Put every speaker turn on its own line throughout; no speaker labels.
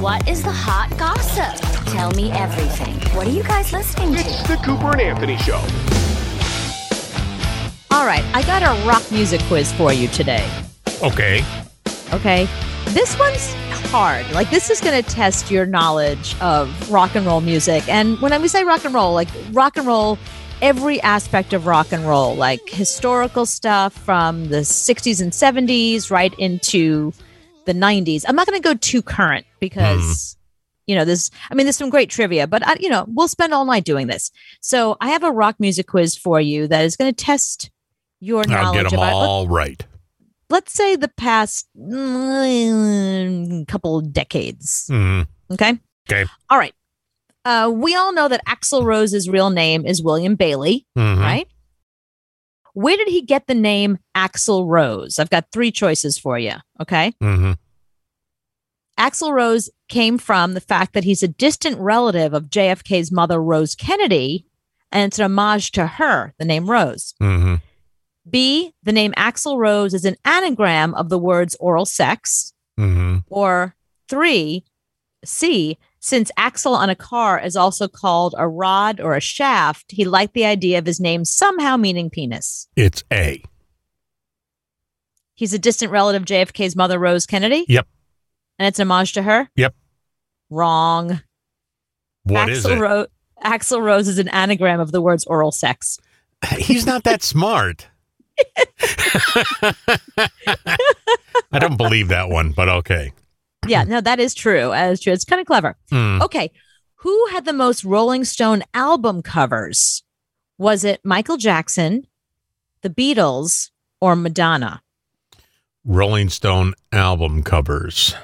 What is the hot gossip? Tell me everything. What are you guys listening
It's
to?
the Cooper and Anthony Show.
All right, I got a rock music quiz for you today.
Okay.
Okay. This one's hard. Like, this is going to test your knowledge of rock and roll music. And when we say rock and roll, like rock and roll, every aspect of rock and roll, like historical stuff from the 60s and 70s right into the 90s. I'm not going to go too current because,
Hmm.
you know, there's, I mean, there's some great trivia, but, I, you know, we'll spend all night doing this. So I have a rock music quiz for you that is going to test your
I'll
knowledge
get them
about
all right.
let's say the past mm, couple decades.
Mm,
Okay.
Okay.
All right. Uh, we all know that Axl Rose's real name is William Bailey,
mhm.
right? Where did he get the name Axl Rose? I've got three choices for you. Okay.
Mhm.
Axl Rose came from the fact that he's a distant relative of JFK's mother, Rose Kennedy, and it's an homage to her, the name Rose.
Mhm.
B, the name Axl Rose is an anagram of the words oral sex.
Mhm.
Or three, C, since axle on a car is also called a rod or a shaft, he liked the idea of his name somehow meaning penis.
It's A.
He's a distant relative of JFK's mother, Rose Kennedy.
Yep.
And it's an homage to her?
Yep.
Wrong.
What is
Axl
it?
Ro- Axl Rose is an anagram of the words oral sex.
He's not that smart. I don't believe that one, but okay.
Yeah, no, that is true. That is true. It's kind of clever.
Mm.
Okay. Who had the most Rolling Stone album covers? Was it Michael Jackson, the Beatles, or Madonna?
Rolling Stone album covers.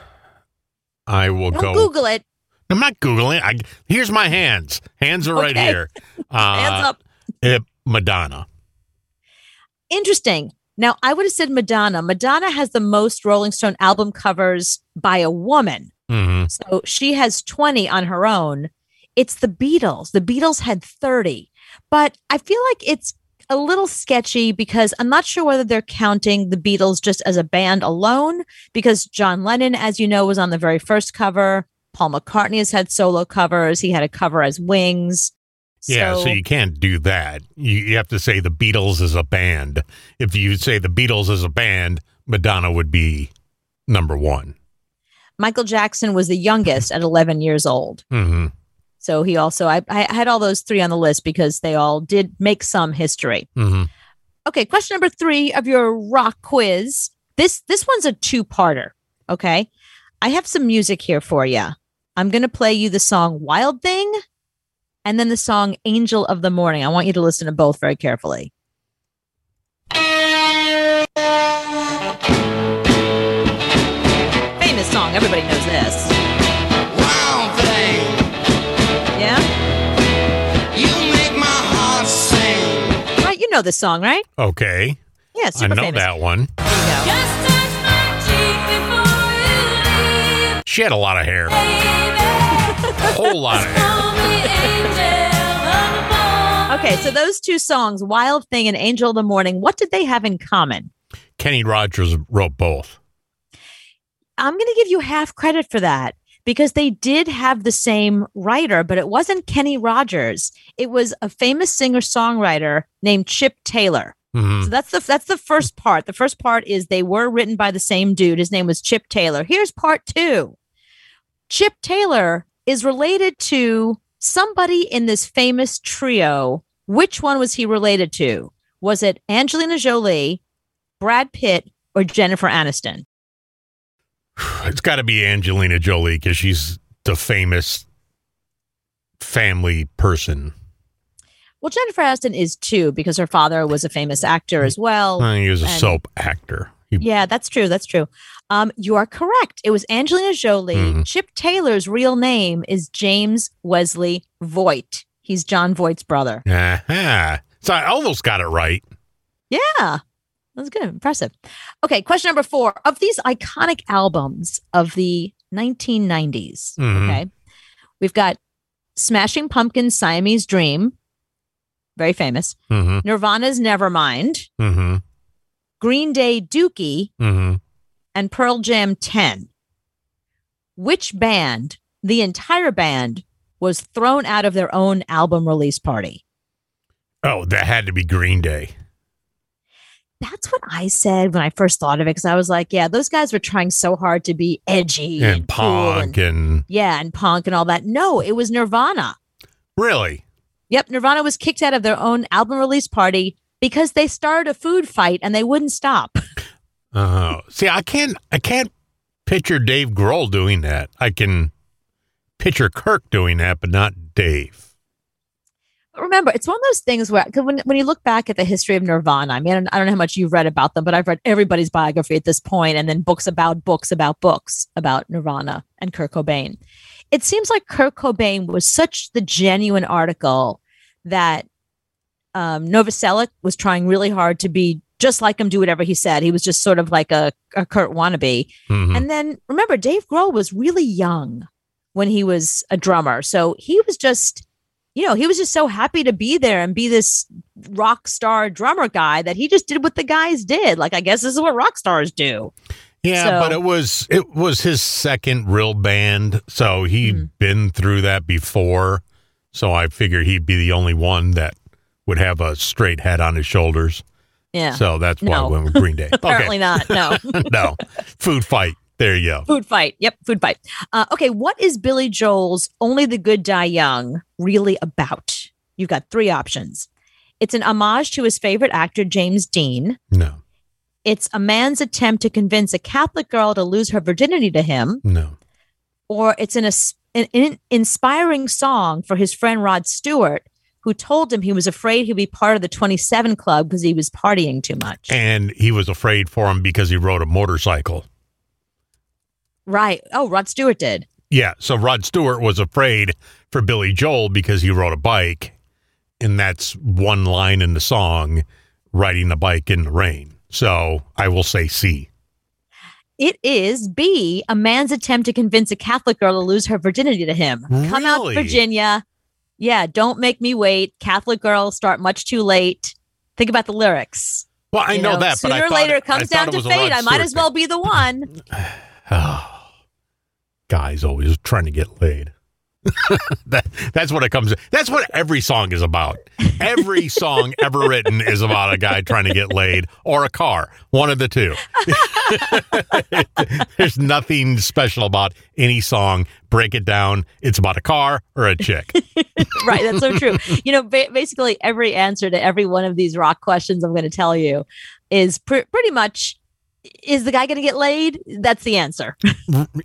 I will
Don't
go.
Google it.
I'm not googling. I, here's my hands. Hands are right
Okay.
here. Uh,
Hands up.
eh, Madonna.
Interesting. Now, I would have said Madonna. Madonna has the most Rolling Stone album covers by a woman.
hmm
So she has 20 on her own. It's the Beatles. The Beatles had 30. But I feel like it's a little sketchy because I'm not sure whether they're counting the Beatles just as a band alone, because John Lennon, as you know, was on the very first cover. Paul McCartney has had solo covers. He had a cover as Wings.
Yeah, so you can't do that. You, you have to say the Beatles is a band. If you say the Beatles is a band, Madonna would be number one.
Michael Jackson was the youngest at 11 years old.
hmm
So he also, I, I had all those three on the list because they all did make some history.
hmm
Okay, question number three of your rock quiz. This this one's a two parter. Okay, I have some music here for you. I'm gonna play you the song "Wild Thing," and then the song "Angel of the Morning." I want you to listen to both very carefully. Famous song, everybody knows this.
Wild thing,
Yeah,
you make my heart sing.
right. You know this song, right?
Okay.
Yeah,
I
super
know
famous.
that one.
There you go.
Just touch my cheek before you leave,
She had a lot of hair.
baby.
A whole lot of hair.
Call me angel of the morning.
Okay, so those two songs, Wild Thing and Angel of the Morning, what did they have in common?
Kenny Rogers wrote both.
I'm going to give you half credit for that because they did have the same writer, but it wasn't Kenny Rogers. It was a famous singer-songwriter named Chip Taylor.
hmm
So that's the that's the first part. The first part is they were written by the same dude. His name was Chip Taylor. Here's part 2. Chip Taylor is related to somebody in this famous trio. Which one was he related to? Was it Angelina Jolie, Brad Pitt, or Jennifer Aniston?
It's got to be Angelina Jolie because she's the famous family person.
Well, Jennifer Aniston is too because her father was a famous actor as well.
Oh,
Uh, he was a
And-
soap actor. He-
Yeah, that's true. That's true. Um, you are correct. It was Angelina Jolie.
Mhm.
Chip Taylor's real name is James Wesley Voight. He's John Voight's brother.
Aha. Uh-huh. So I almost got it right.
Yeah, that's good. Impressive. Okay, question number four. Of these iconic albums of the 1990s,
Mhm.
okay, we've got Smashing Pumpkins' Siamese Dream, very famous,
hmm
Nirvana's Nevermind,
hmm
Green Day Dookie,
hmm
and Pearl Jam 10. which band, the entire band, was thrown out of their own album release party?
Oh, that had to be Green Day.
That's what I said when I first thought of it because I was like, yeah, those guys were trying so hard to be edgy and,
and
cool
punk and
yeah, and punk and all that. No, it was Nirvana.
really
Yep, Nirvana was kicked out of their own album release party because they started a food fight and they wouldn't stop.
uh see i can't i can't picture dave grohl doing that i can picture kirk doing that but not dave
Remember, it's one of those things where 'cause when, when you look back at the history of Nirvana, I mean, I don't, I don't know how much you've read about them, but I've read everybody's biography at this point and then books about books about books about Nirvana and Kurt Cobain. It seems like Kurt Cobain was such the genuine article that um, Novoselic was trying really hard to be just like him, do whatever he said. He was just sort of like a, a Kurt wannabe.
Mhm.
And then remember, Dave Grohl was really young when he was a drummer. So he was just, you know, he was just so happy to be there and be this rock star drummer guy that he just did what the guys did. Like, I guess this is what rock stars do.
yeah
so-
but it was it was his second real band so he
Hmm.
had been through that before so i figured he'd be the only one that would have a straight head on his shoulders
Yeah.
so that's why i
No.
went with green day
Apparently not. No.
okay no food fight there you go
food fight. Yep. Food fight. Uh, okay. What is Billy Joel's Only the Good Die Young really about? You've got three options. It's an homage to his favorite actor, James Dean.
no
It's a man's attempt to convince a Catholic girl to lose her virginity to him,
no
or it's an, as- an, an inspiring song for his friend Rod Stewart, who told him he was afraid he'd be part of the 27 Club because he was partying too much.
and he was afraid for him because he rode a motorcycle
right. Oh, Rod Stewart did.
Yeah, so Rod Stewart was afraid for Billy Joel because he rode a bike, and that's one line in the song, riding a bike in the rain. So I will say C.
It is B, a man's attempt to convince a Catholic girl to lose her virginity to him. Come out,
Really?
Virginia. Yeah, don't make me wait. Catholic girl start much too late. Think about the lyrics.
Well, I
you
know, that,
Sooner
but I
or
thought-
later,
I
it comes
thought
down
it
to
was a
fate.
Rod
I might as
Stewart
well be the one.
thing. Guys always trying to get laid. that, that's what it comes. That's what every song is about. Every song ever written is about a guy trying to get laid or a car, one of the two. There's nothing special about any song. Break it down. It's about a car or a chick.
right that's so true you know ba- basically every answer to every one of these rock questions i'm going to tell you is pr- pretty much is the guy going to get laid that's the answer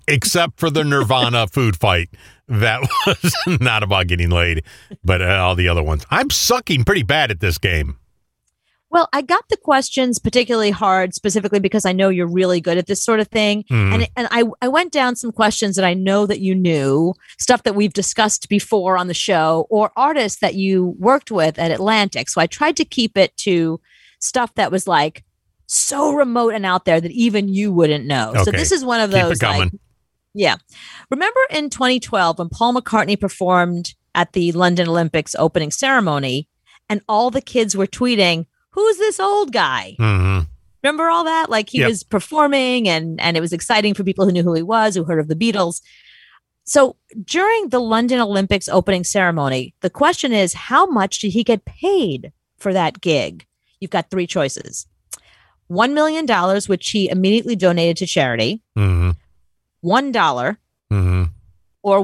except for the Nirvana food fight. That was not about getting laid, but uh, all the other ones. I'm sucking pretty bad at this game.
well i got the questions particularly hard specifically because i know you're really good at this sort of thing
Hmm.
and, and I, I went down some questions that i know that you knew stuff that we've discussed before on the show or artists that you worked with at atlantic so i tried to keep it to stuff that was like so remote and out there that even you wouldn't know Oh, so
Okay.
this is one of
Keep
those
it
like,
coming.
yeah. Remember in 2012 when Paul McCartney performed at the London Olympics opening ceremony and all the kids were tweeting, "Who's this old guy?"
hmm
Remember all that? Like he
Yep.
was performing and and it was exciting for people who knew who he was, who heard of the Beatles. So, during the London Olympics opening ceremony, the question is how much did he get paid for that gig? You've got three choices. $1 million, which he immediately donated to charity,
hmm
$1,
hmm
or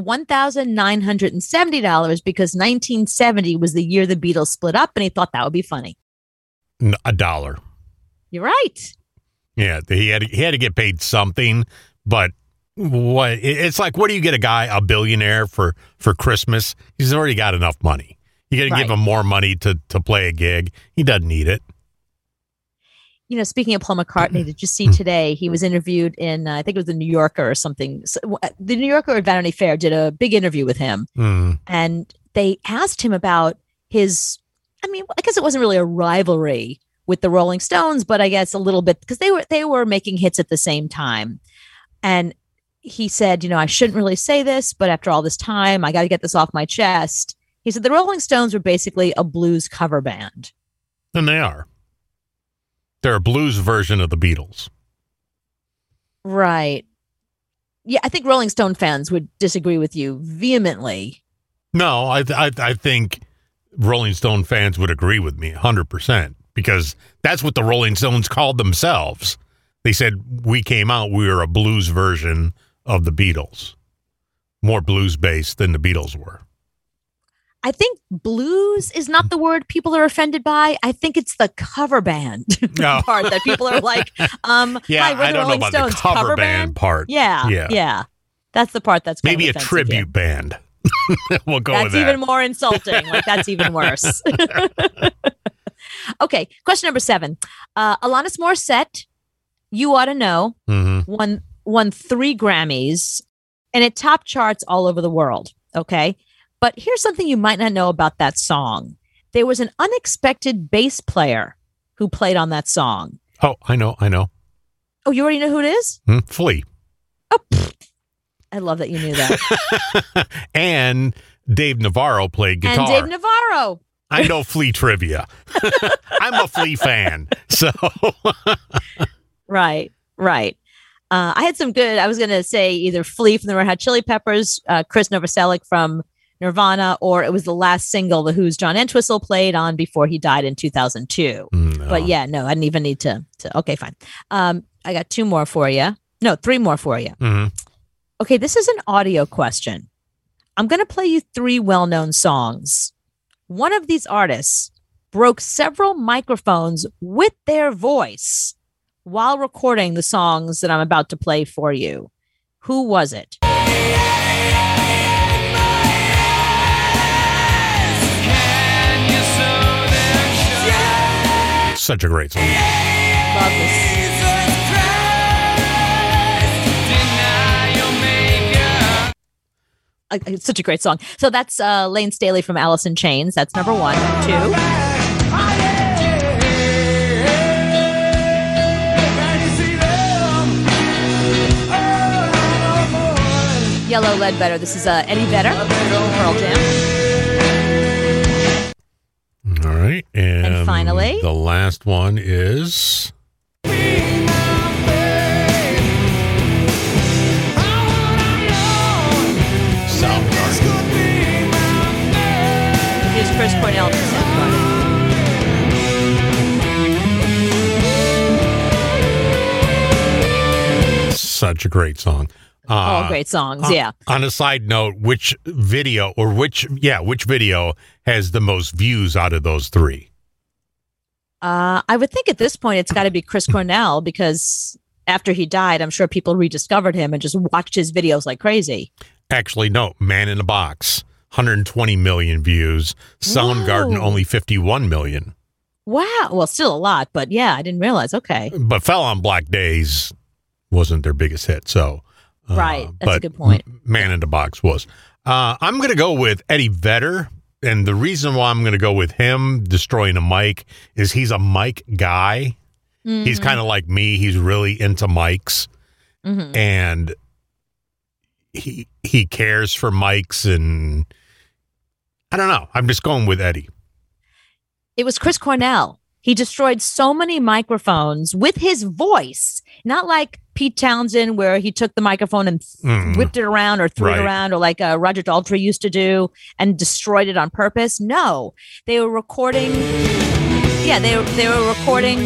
$1,970 because 1970 was the year the Beatles split up and he thought that would be funny.
N- a dollar.
You're right.
Yeah, he had he had to get paid something, but what it- it's like? What do you get a guy a billionaire for for Christmas? He's already got enough money. You got to give
Right.
him more money to to play a gig. He doesn't need it.
You know, speaking of Paul McCartney, did you see today he was interviewed in, uh, I think it was the New Yorker or something. So, uh, the New Yorker at Vanity Fair did a big interview with him
Mm.
and they asked him about his, I mean, I guess it wasn't really a rivalry with the Rolling Stones, but I guess a little bit because they were they were making hits at the same time. And he said, you know, I shouldn't really say this, but after all this time, I got to get this off my chest. He said the Rolling Stones were basically a blues cover band.
And they are. They're a blues version of the Beatles.
Right. yeah, I think Rolling Stone fans would disagree with you vehemently.
No, I th- I, th- I think Rolling Stone fans would agree with me 100% because that's what the Rolling Stones called themselves. They said we came out we were a blues version of the Beatles. More blues based than the Beatles were.
I think blues is not the word people are offended by. I think it's the cover band
No.
part that people are like, um,
Yeah,
hi, we're
I don't
the
know
Rolling
about
Stones
the cover, band, part.
Yeah,
Yeah.
yeah, That's the part that's kind
Maybe
of
a
offensive
tribute band. we'll go
here.
with
That's
that.
even more insulting. like that's even worse. okay, question number seven. Uh, Alanis Morissette, you ought to know,
Mhm.
won won three Grammys, and it top charts all over the world. Okay, but here's something you might not know about that song. There was an unexpected bass player who played on that song.
Oh, I know, I know.
Oh, you already know who it is?
Hmm, Flea.
I love that you knew that.
and Dave Navarro played guitar.
And Dave Navarro.
I know Flea trivia. I'm a Flea fan. So
Right, right. Uh, I had some good. I was going to say either Flea from the Red Hot Chili Peppers, uh, Chris Novoselic from Nirvana, or it was the last single the Who's John Entwistle played on before he died in 2002.
No.
But yeah, no, I didn't even need to. to okay, fine. Um, I got two more for you. No, three more for you.
Mhm.
Okay, this is an audio question. I'm going to play you three well known songs. One of these artists broke several microphones with their voice while recording the songs that I'm about to play for you. Who was it?
Such a great song.
Love this. Uh, It's such a great song. So that's uh, Lane Staley from Alice in Chains. That's number one. Two. Yellow Lead Better. This is uh, Eddie Vedder. Pearl Jam.
All right. And,
finally-
the last one is Soundgarden.
Here's Chris Cornell. from Soundgarden.
Such a great song.
All
Uh,
great songs.
on-
Yeah.
On a side note, which video or which yeah, which video has the most views out of those three?
Uh, I would think at this point it's got to be Chris Cornell because after he died, I'm sure people rediscovered him and just watched his videos like crazy.
Actually, no, Man in a Box, 120 million views. Soundgarden
Whoa.
only 51 million.
Wow. Well, still a lot, but yeah, I didn't realize. Okay.
but fell on black days wasn't their biggest hit so uh,
Right. That's a
but
good point.
M- man in the box was uh, i'm gonna go with eddie vedder and the reason why i'm gonna go with him destroying a mic is he's a mic guy he's
Mm-hmm.
kind of like me he's really into mics
hmm
Mm-hmm. and he he cares for mics and i don't know i'm just going with eddie
It was Chris Cornell. He destroyed so many microphones with his voice, not like Pete Townsend, where he took the microphone and th-
Mm.
whipped it around or threw
Right.
it around, or like uh, Roger Daltrey used to do and destroyed it on purpose. No, they were recording. Yeah, they they were recording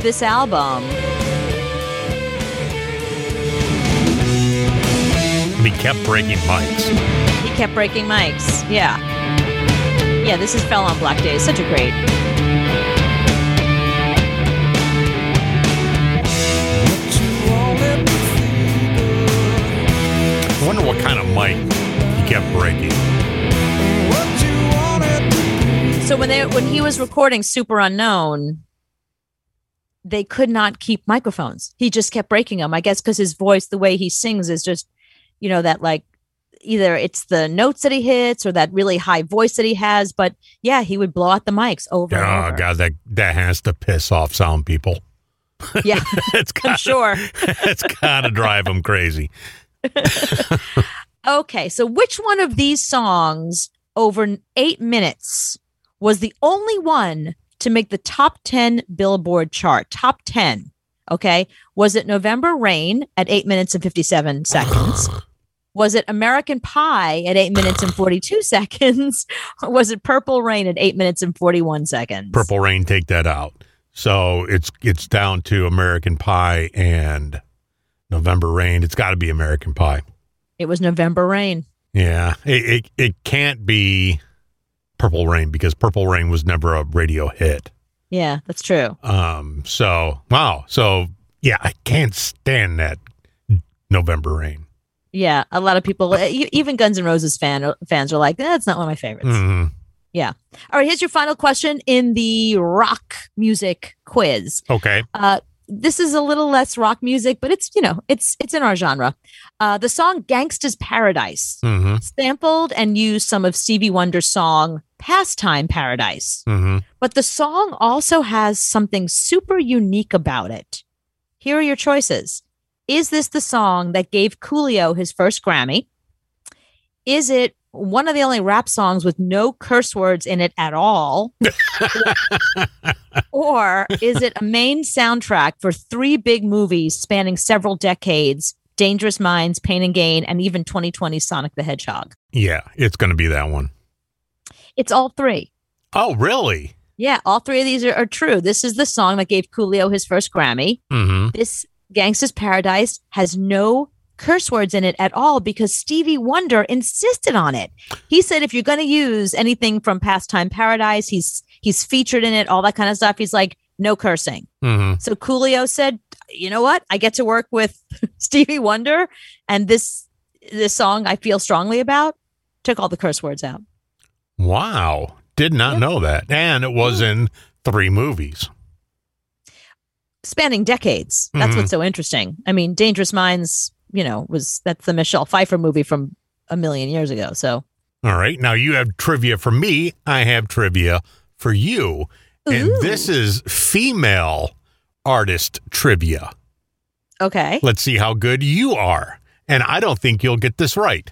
this album.
and he kept breaking mics
He kept breaking mics. Yeah, yeah. This is "Fell on Black Days." Such a great.
i wonder what kind of mic he kept breaking
So when they when he was recording Super Unknown, they could not keep microphones. He just kept breaking them. I guess because his voice, the way he sings, is just, you know, that like either it's the notes that he hits or that really high voice that he has. But yeah, he would blow out the mics over. and
Oh
over.
God, that that has to piss off sound people.
Yeah,
It's
I'm
got
sure.
it's got to drive them crazy.
Okay, so which one of these songs over eight minutes was the only one to make the top 10 Billboard chart? Top 10 Okay. Was it November Rain at eight minutes and 57 seconds? Was it American Pie at eight minutes and 42 seconds? Or was it Purple Rain at eight minutes and 41 seconds?
Purple Rain, take that out. So it's it's down to American Pie and November Rain. It's got to be American Pie.
It was November Rain.
Yeah, it, it it can't be Purple Rain because Purple Rain was never a radio hit.
Yeah, that's true.
Um, so wow, so yeah, I can't stand that November Rain.
Yeah. A lot of people, e- even Guns N' Roses fan, fans are like, "Eh, that's not one of my favorites.
Mhm.
All right. Here's your final question in the rock music quiz.
Okay,
Uh, this is a little less rock music, but it's you know it's it's in our genre. Uh, the song "Gangsta's Paradise"
hmm
Mm-hmm. sampled and used some of Stevie Wonder's song "Pastime Paradise,"
hmm
but the song also has something super unique about it. Here are your choices: Is this the song that gave Coolio his first Grammy? Is it one of the only rap songs with no curse words in it at all? or is it a main soundtrack for three big movies spanning several decades Dangerous Minds, Pain and Gain, and even 2020 Sonic the Hedgehog?
yeah, it's going to be that one.
It's all three.
Oh, really?
Yeah, all three of these are, are true. This is the song that gave Coolio his first Grammy.
hmm
This Gangsta's Paradise has no curse words in it at all because Stevie Wonder insisted on it. He said if you're going to use anything from Pastime Paradise, he's he's featured in it, all that kind of stuff. He's like no cursing.
hmm
So Coolio said, "You know what? I get to work with Stevie Wonder, and this this song I feel strongly about took all the curse words out.
Wow, did not
Yep. Hmm.
know that, and it was in three movies.
spanning decades. That's
Mhm.
what's so interesting. I mean, Dangerous Minds, you know, was that's the Michelle Pfeiffer movie from a million years ago. So
All right. Now you have trivia for me. I have trivia for you. And
Ooh.
this is female artist trivia.
okay,
Let's see how good you are. And I don't think you'll get this right.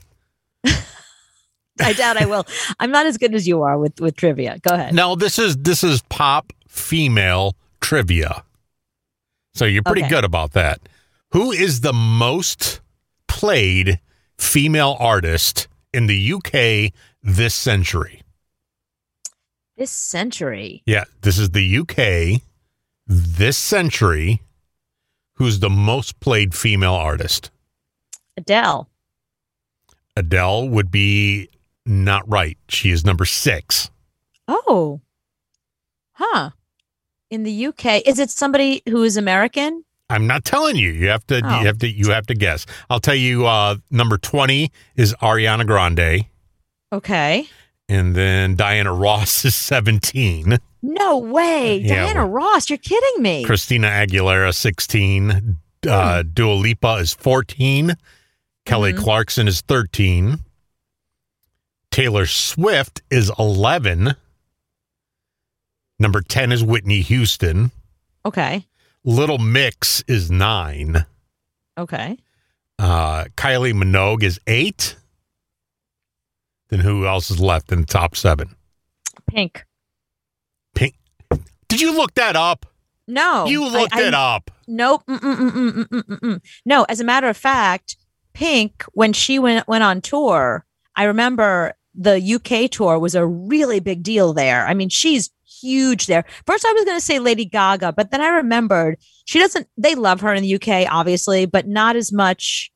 I doubt I will. I'm not as good as you are with with trivia. Go ahead.
No, this is this is pop female trivia. So you're pretty
Okay.
good about that. Who is the most played female artist in the UK this century?
This century,
Yeah, this is the UK this century. Who's the most played female artist?
Adele.
Adele would be not right. She is number six.
Oh, huh. In the UK, is it somebody who is American?
I'm not telling you. You have to.
Oh.
You have to. You have to guess. I'll tell you. Uh, number twenty is Ariana Grande,
Okay.
and then Diana Ross is seventeen.
No way.
Yeah,
Diana
well-
Ross, you're kidding me.
Christina Aguilera sixteen. Uh, Dua Lipa is fourteen. Kelly
Mhm.
Clarkson is thirteen. Taylor Swift is eleven. Number ten is Whitney Houston.
Okay.
Little Mix is nine.
Okay.
Uh, Kylie Minogue is eight. Then who else is left in the top seven?
Pink.
Pink. Did you look that up?
No.
you
Oh, I-
looked
I
it up.
Nope. Mm, mm, mm, mm, mm, mm, mm, mm. No, as a matter of fact, Pink, when she went went on tour, I remember the UK tour was a really big deal there. I mean, she's huge there. First, I was going to say Lady Gaga, but then I remembered she doesn't. They love her in the UK, obviously, but not as much.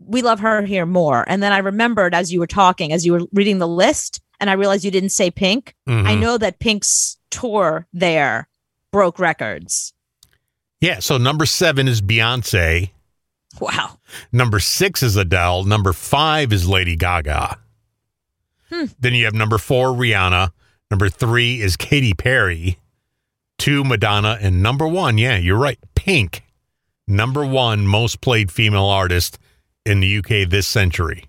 We love her here more. And then I remembered as you were talking, as you were reading the list, and I realized you didn't say Pink. I
Mhm.
know that Pink's tour there broke records.
Yeah. So number seven is Beyonce.
Wow.
Number six is Adele. Number five is Lady Gaga.
Hmm.
Then you have number four, Rihanna. Number three is Katy Perry. Two, Madonna. And number one, yeah, you're right, Pink. Number one most played female artist in the UK this century.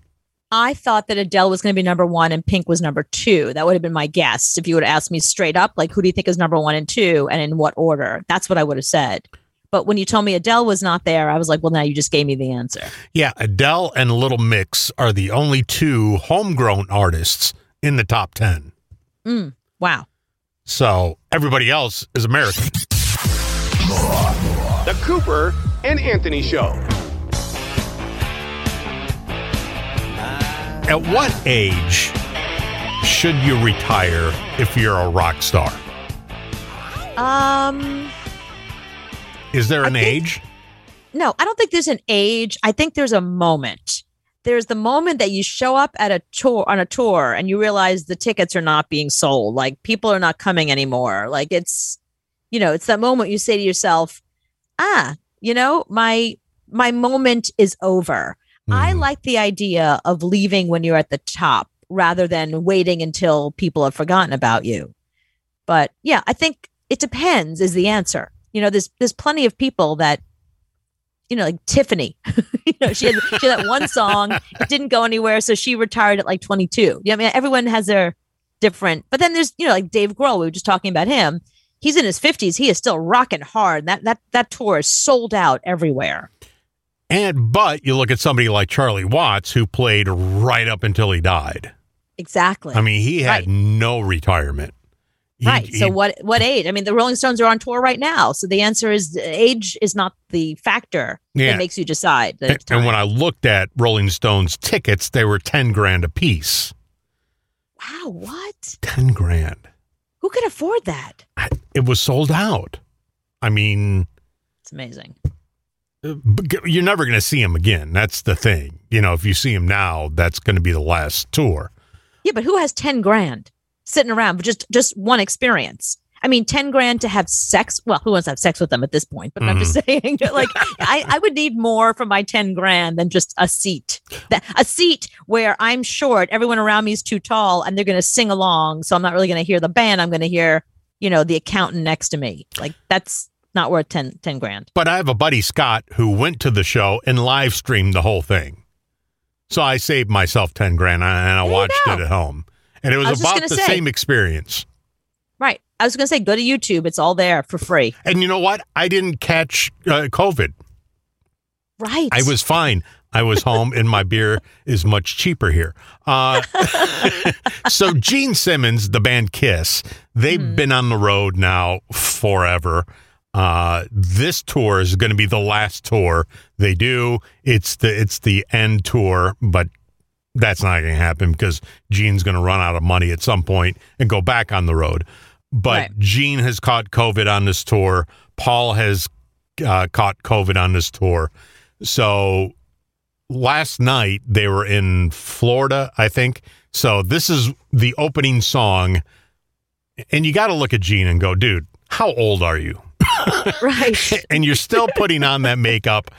I thought that Adele was going to be number one and Pink was number two. That would have been my guess if you would have asked me straight up, like, who do you think is number one and two and in what order? That's what I would have said. But when you told me Adele was not there, I was like, well, now you just gave me the answer.
Yeah, Adele and Little Mix are the only two homegrown artists in the top 10.
Mm, wow.
So everybody else is American.
The Cooper and Anthony Show.
At what age should you retire if you're a rock star?
Um,
Is there an
think-
age?
no, I don't think there's an age. I think there's a moment. There's the moment that you show up at a tour on a tour and you realize the tickets are not being sold. Like people are not coming anymore. Like it's, you know, it's that moment you say to yourself, ah, you know, my my moment is over. I
Mhm.
like the idea of leaving when you're at the top rather than waiting until people have forgotten about you. But yeah, I think it depends is the answer. You know, there's there's plenty of people that you know, like Tiffany. you know, she had she had that one song, it didn't go anywhere, so she retired at like 22. Yeah, I mean, everyone has their different. But then there's you know, like Dave Grohl. We were just talking about him. He's in his 50s. He is still rocking hard. That that that tour is sold out everywhere.
And but you look at somebody like Charlie Watts who played right up until he died.
Exactly.
I mean, he had
Right.
no retirement. He-
Right. so
he-
what what age? I mean, the Rolling Stones are on tour right now. So the answer is uh, age is not the factor
Yeah.
that makes you decide. That
And,
it's
and
time.
when I looked at Rolling Stones tickets, they were ten grand a piece.
wow, what?
Ten grand.
Who could afford that?
I- It was sold out. I mean,
It's amazing.
b- g- you're never going to see him again. That's the thing. You know, if you see him now, that's going to be the last tour.
Yeah, but who has 10 grand sitting around for just just one experience? I mean, 10 grand to have sex. Well, who wants to have sex with them at this point? But I'm just
Mm-hmm.
saying, like, I, I would need more for my 10 grand than just a seat. That, a seat where I'm short, everyone around me is too tall, and they're going to sing along. So I'm not really going to hear the band. I'm going to hear, you know, the accountant next to me. Like, that's not worth 10, 10 grand.
But I have a buddy Scott who went to the show and live streamed the whole thing. So I saved myself ten grand and I
There you
watched
go.
it at home, and it was,
I was just
about
gonna
the
say.
same experience.
Right. I was going to say, go to YouTube. It's all there for free.
And you know what? I didn't catch uh, COVID.
Right.
I was fine. I was home, and my beer is much cheaper here. Uh, so Gene Simmons, the band Kiss, they've been on the road now forever. Uh, this tour is going to be the last tour they do. It's the it's the end tour, but that's not going to happen because Gene's going to run out of money at some point and go back on the road. But
Right.
Gene has caught COVID on this tour. Paul has uh, caught COVID on this tour. So last night they were in Florida, I think. So this is the opening song. And you got to look at Gene and go, dude, how old are you?
right.
and you're still putting on that makeup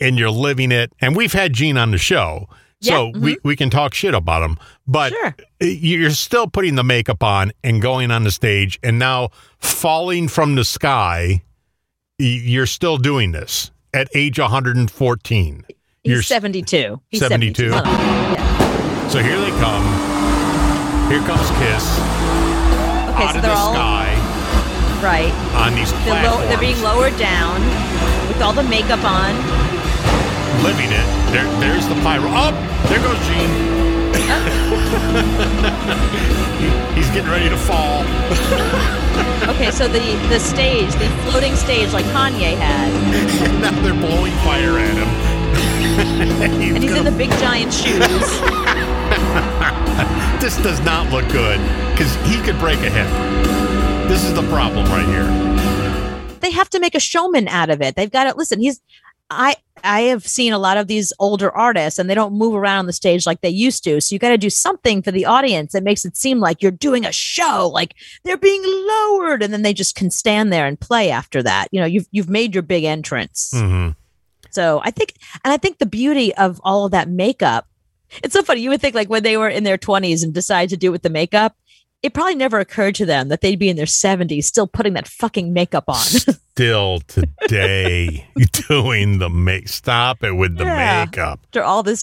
and you're living it. And we've had Gene on the show. So
Yeah, mm-hmm.
we, we can talk shit about him, but
Sure.
you're still putting the makeup on and going on the stage and now falling from the sky. y- You're still doing this at age 114.
He's
You're s-
72. He's
72.
Hold on.
So here they come. Here comes Kiss
Okay,
out
so
of the
they're all
sky
right.
on these
They're,
platforms,
low, they're being lowered down with all the makeup on.
living it. There, there's the Oh! pyro. Up there goes Gene.
Oh,
He- he's getting ready to fall.
Okay, so the the stage, the floating stage, like Kanye had,
And now they're blowing fire at him. He's
and he's in
gonna-
the big giant shoes.
this does not look good because he could break a hip. This is the problem right here.
they have to make a showman out of it. They've got to listen. He's I I have seen a lot of these older artists and they don't move around on the stage like they used to. So you got to do something for the audience that makes it seem like you're doing a show, like they're being lowered and then they just can stand there and play after that. You know, you've you've made your big entrance.
Mm-hmm.
So I think, and I think the beauty of all of that makeup, it's so funny. You would think like when they were in their 20s and decided to do it with the makeup, it probably never occurred to them that they'd be in their 70s still putting that fucking makeup on.
Still today, doing the make. Stop it with the
Yeah.
makeup.
after all this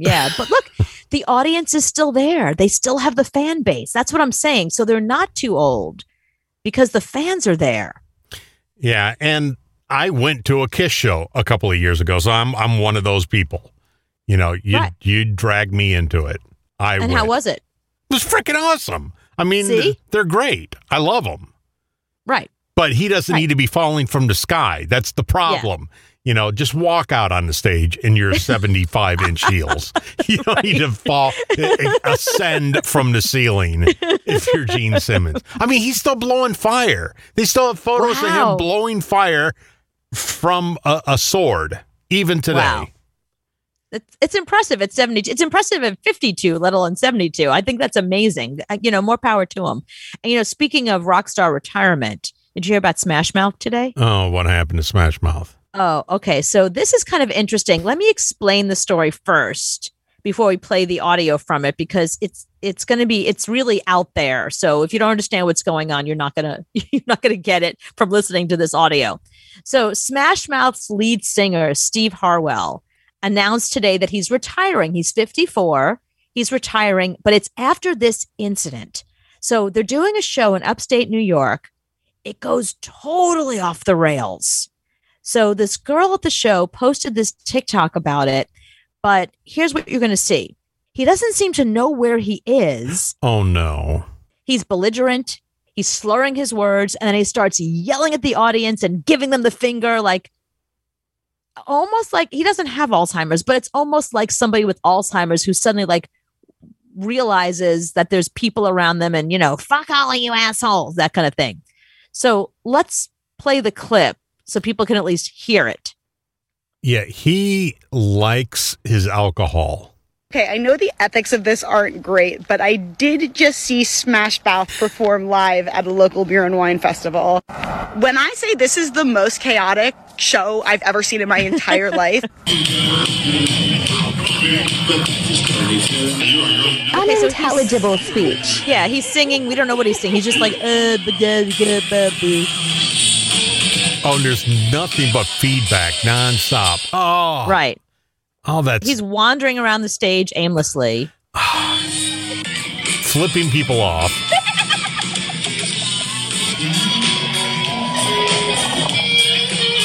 Yeah. But look, the audience is still there. They still have the fan base. That's what I'm saying. So they're not too old because the fans are there.
Yeah, and I went to a Kiss show a couple of years ago, so I'm I'm one of those people. You know, you
Right.
you drag me into it. I
and
went.
how was it?
it was freaking awesome. I mean,
See?
they're great. I love them.
Right.
but he doesn't need to be falling from the sky. That's the problem. You know, just walk out on the stage in your 75 inch heels. You don't need to fall, eh, ascend from the ceiling if you're Gene Simmons. I mean, he's still blowing fire. They still have photos of
Wow.
him blowing fire from a, a sword, even today.
Wow. It's, it's impressive at 72. It's impressive at 52, let alone 72. I think that's amazing. Uh, You know, more power to him. And, you know, speaking of rock star retirement, did you hear about Smash Mouth today?
Oh, what happened to Smash Mouth?
Oh, okay. So this is kind of interesting. Let me explain the story first before we play the audio from it because it's it's going to be it's really out there. So if you don't understand what's going on, you're not going to you're not going to get it from listening to this audio. So Smash Mouth's lead singer Steve Harwell announced today that he's retiring. He's 54. He's retiring, but it's after this incident. So they're doing a show in upstate New York. It goes totally off the rails. So this girl at the show posted this TikTok about it, but here's what you're going to see. He doesn't seem to know where he is.
Oh, no.
He's belligerent. He's slurring his words and then he starts yelling at the audience and giving them the finger like almost like he doesn't have Alzheimer's, but it's almost like somebody with Alzheimer's who suddenly like realizes that there's people around them and you know, fuck all of you assholes, that kind of thing. So, let's play the clip so people can at least hear it.
Yeah, he likes his alcohol.
Okay, I know the ethics of this aren't great, but I did just see Smash Mouth perform live at a local beer and wine festival. When I say this is the most chaotic show I've ever seen in my entire life,
Unintelligible speech.
Yeah, he's singing. We don't know what he's singing. He's just like, uh, ba- da- da- ba- boo.
Oh, and there's nothing but feedback nonstop. Oh,
right.
oh, that's
He's wandering around the stage aimlessly.
flipping people off.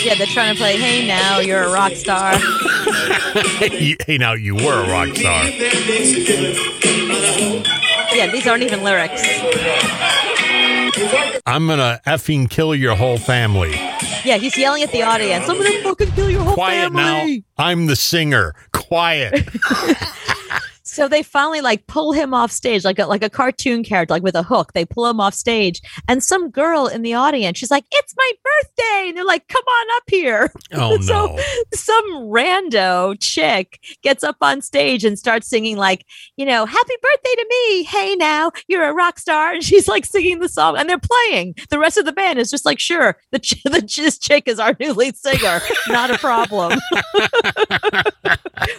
Yeah, they're trying to play, hey, now you're a rock star.
hey, hey, now you were a rock star.
Yeah, these aren't even lyrics.
I'm gonna effing kill your whole family.
Yeah, he's yelling at the audience. I'm gonna fucking kill your whole
Quiet
family.
now. I'm the singer. Quiet.
So they finally like pull him off stage, like a, like a cartoon character, like with a hook. They pull him off stage, and some girl in the audience, she's like, "It's my birthday!" And they're like, "Come on up here."
Oh
So-
no.
some rando chick gets up on stage and starts singing like you know happy birthday to me hey now you're a rock star and she's like singing the song and they're playing the rest of the band is just like sure the, ch- the ch- this chick is our new lead singer not a problem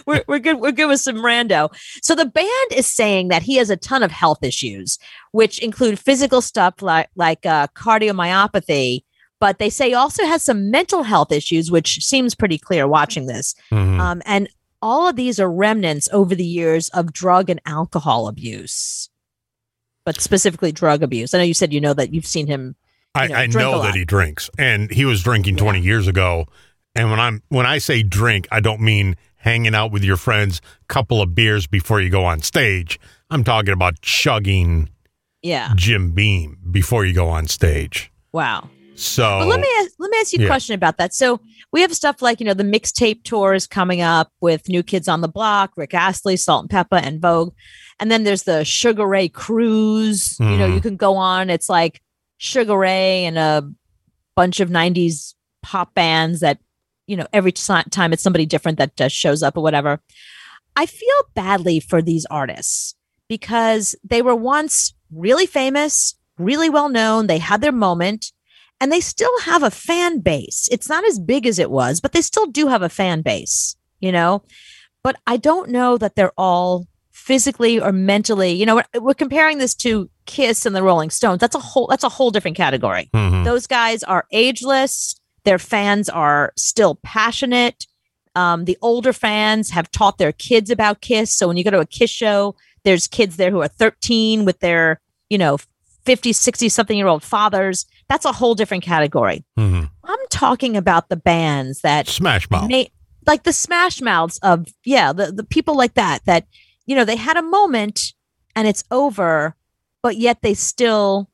we're, we're good we're good with some rando so the band is saying that he has a ton of health issues which include physical stuff like like uh, cardiomyopathy but they say he also has some mental health issues, which seems pretty clear watching this.
Mhm.
Mm-hmm.
Um, and all of these are remnants over the years of drug and alcohol abuse, but specifically drug abuse. I know you said you know that you've seen him.
I,
you know,
I
drink a
know that
lot.
he drinks, and he was drinking 20 years ago. And when I'm when I say drink, I don't mean hanging out with your friends, couple of beers before you go on stage. I'm talking about chugging
Yeah.
Jim Beam before you go on stage.
Wow.
So
But let me ask, let me ask you a
Yeah.
question about that. So we have stuff like you know the mixtape tour is coming up with New Kids on the Block, Rick Astley, Salt and Pepper, and Vogue, and then there's the Sugar Ray cruise. You know
Mhm.
you can go on. It's like Sugar Ray and a bunch of '90s pop bands that you know every ti- time it's somebody different that uh, shows up or whatever. I feel badly for these artists because they were once really famous, really well known. They had their moment and they still have a fan base. It's not as big as it was, but they still do have a fan base, you know? But I don't know that they're all physically or mentally, you know, we're, we're comparing this to Kiss and the Rolling Stones. That's a whole that's a whole different category.
Mm-hmm.
Mhm.
Those guys are ageless. Their fans are still passionate. Um, the older fans have taught their kids about Kiss. So when you go to a Kiss show, there's kids there who are 13 with their, you know, 50, 60 something year old fathers. That's a whole different category.
Mhm.
I'm talking about the bands that
Smash Mouth.
may, like the smash mouths of yeah the, the people like that that you know they had a moment and it's over but yet they still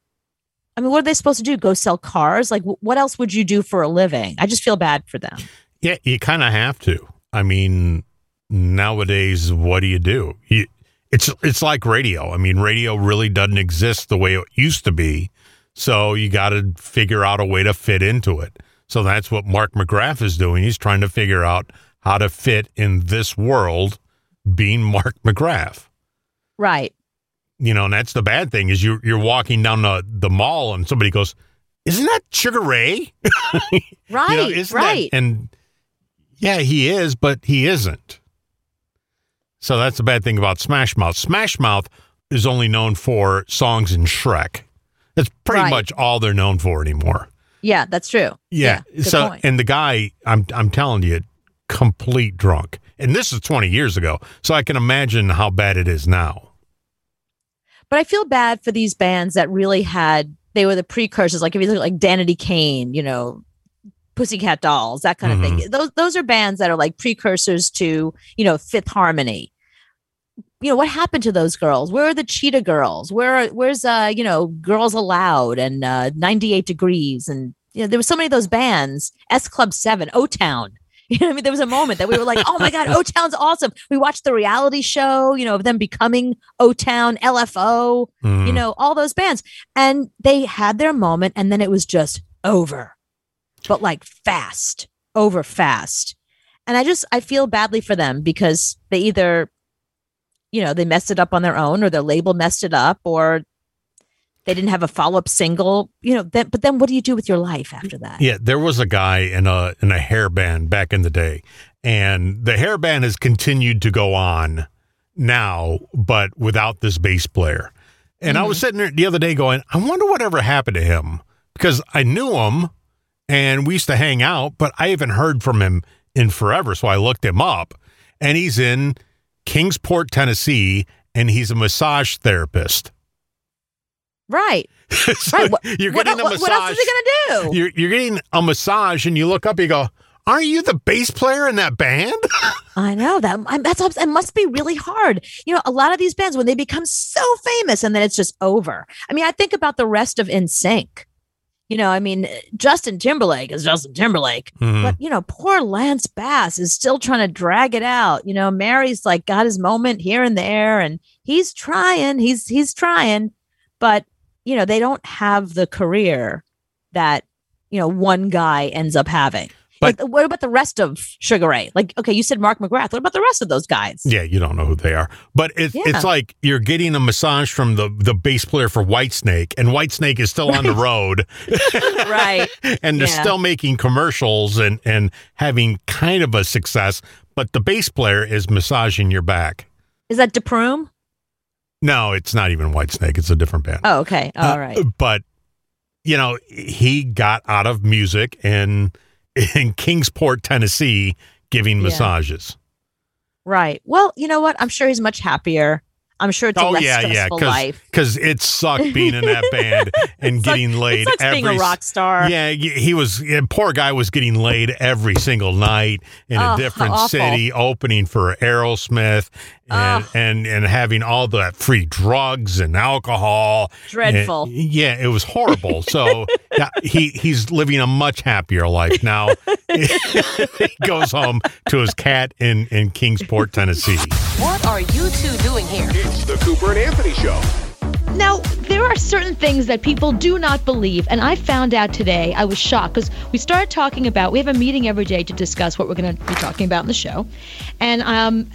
I mean, what are they supposed to do? Go sell cars? Like, wh- what else would you do for a living? I just feel bad for them.
Yeah, you kind of have to. I mean, nowadays, what do you do? You, it's it's like radio. I mean, radio really doesn't exist the way it used to be, so you got to figure out a way to fit into it. So that's what Mark McGrath is doing. He's trying to figure out how to fit in this world, being Mark McGrath.
Right.
You know, and that's the bad thing is you you're walking down the the mall and somebody goes, "Isn't that Sugar Ray?"
Right.
You know, isn't that-
right.
and yeah, he is, but he isn't. So that's the bad thing about Smash Mouth. Smash Mouth is only known for songs in Shrek. That's pretty
Right.
much all they're known for anymore.
yeah, that's true.
Yeah.
good
so
point.
and the guy, I'm I'm telling you, complete drunk. And this is 20 years ago, so I can imagine how bad it is now.
But I feel bad for these bands that really had they were the precursors. Like if you look at like Danity Kane, you know, Pussycat Dolls, that kind of thing. Those those are bands that are like precursors to you know Fifth Harmony. You know what happened to those girls? Where are the Cheetah Girls? Where are, where's uh you know Girls Aloud and uh, Ninety Eight Degrees and you know there were so many of those bands. S Club Seven, O Town. You know, what I mean, there was a moment that we were like, "Oh my God, O Town's awesome!" We watched the reality show, you know, of them becoming O Town, LFO, you
Mhm.
know, all those bands. And they had their moment and then it was just over, but like fast, over fast. And I just, I feel badly for them because they either, you know, they messed it up on their own or their label messed it up or they didn't have a follow up single, you know, then, but then what do you do with your life after that?
Yeah, there was a guy in a in a hair band back in the day, and the hair band has continued to go on now, but without this bass player. And
Mm-hmm.
I was sitting there the other day going, I wonder whatever happened to him because I knew him and we used to hang out, but I haven't heard from him in forever. So I looked him up, and he's in Kingsport, Tennessee, and he's a massage therapist.
Right.
So
right. What,
you're
what
getting a
el-
massage
what else is he going to do?
you're, you're getting a massage and you look up, you go, aren't you the bass player in that band?
I know that I- that's what I'm- it must be really hard. You know, a lot of these bands when they become so famous and then it's just over. I mean, I think about the rest of NSYNC. You know, I mean, Justin Timberlake is Justin Timberlake, but you know, poor Lance Bass is still trying to drag it out. You know, Mary's like got his moment here and there, and he's trying, he's he's trying, but you know, they don't have the career that you know one guy ends up having.
But-
Like, what about the rest of Sugar Ray? Like, okay, you said Mark McGrath. What about the rest of those guys?
yeah, you don't know who they are. But it,
Yeah.
it's like you're getting a massage from the, the bass player for Whitesnake, and Whitesnake is still on the road,
right.
and they're
Yeah.
still making commercials and, and having kind of a success, but the bass player is massaging your back.
Is that DePrume?
No, it's not even Whitesnake, it's a different band.
Oh, okay.
Uh,
All right.
But you know, he got out of music and in Kingsport, Tennessee, giving
Yeah.
massages.
Right. Well, you know what? I'm sure he's much happier. I'm sure it's a
oh
less
yeah, yeah,
stressful
because
life.
because it sucked being in that band and
It sucks-
getting laid
It sucks
every.
being a rock star.
Yeah, y- he was. yeah, poor guy was getting laid every single night in
Oh,
a
how
different
awful.
city, opening for Aerosmith, and,
Oh.
and and having all that free drugs and alcohol.
Dreadful.
And- yeah, it was horrible. So yeah, he he's living a much happier life now. he goes home to his cat in in Kingsport, Tennessee.
What are you two doing here?
It's the Cooper and Anthony Show.
Now, there are certain things that people do not believe, and I found out today. I was shocked because we started talking about, we have a meeting every day to discuss what we're going to be talking about in the show. And um,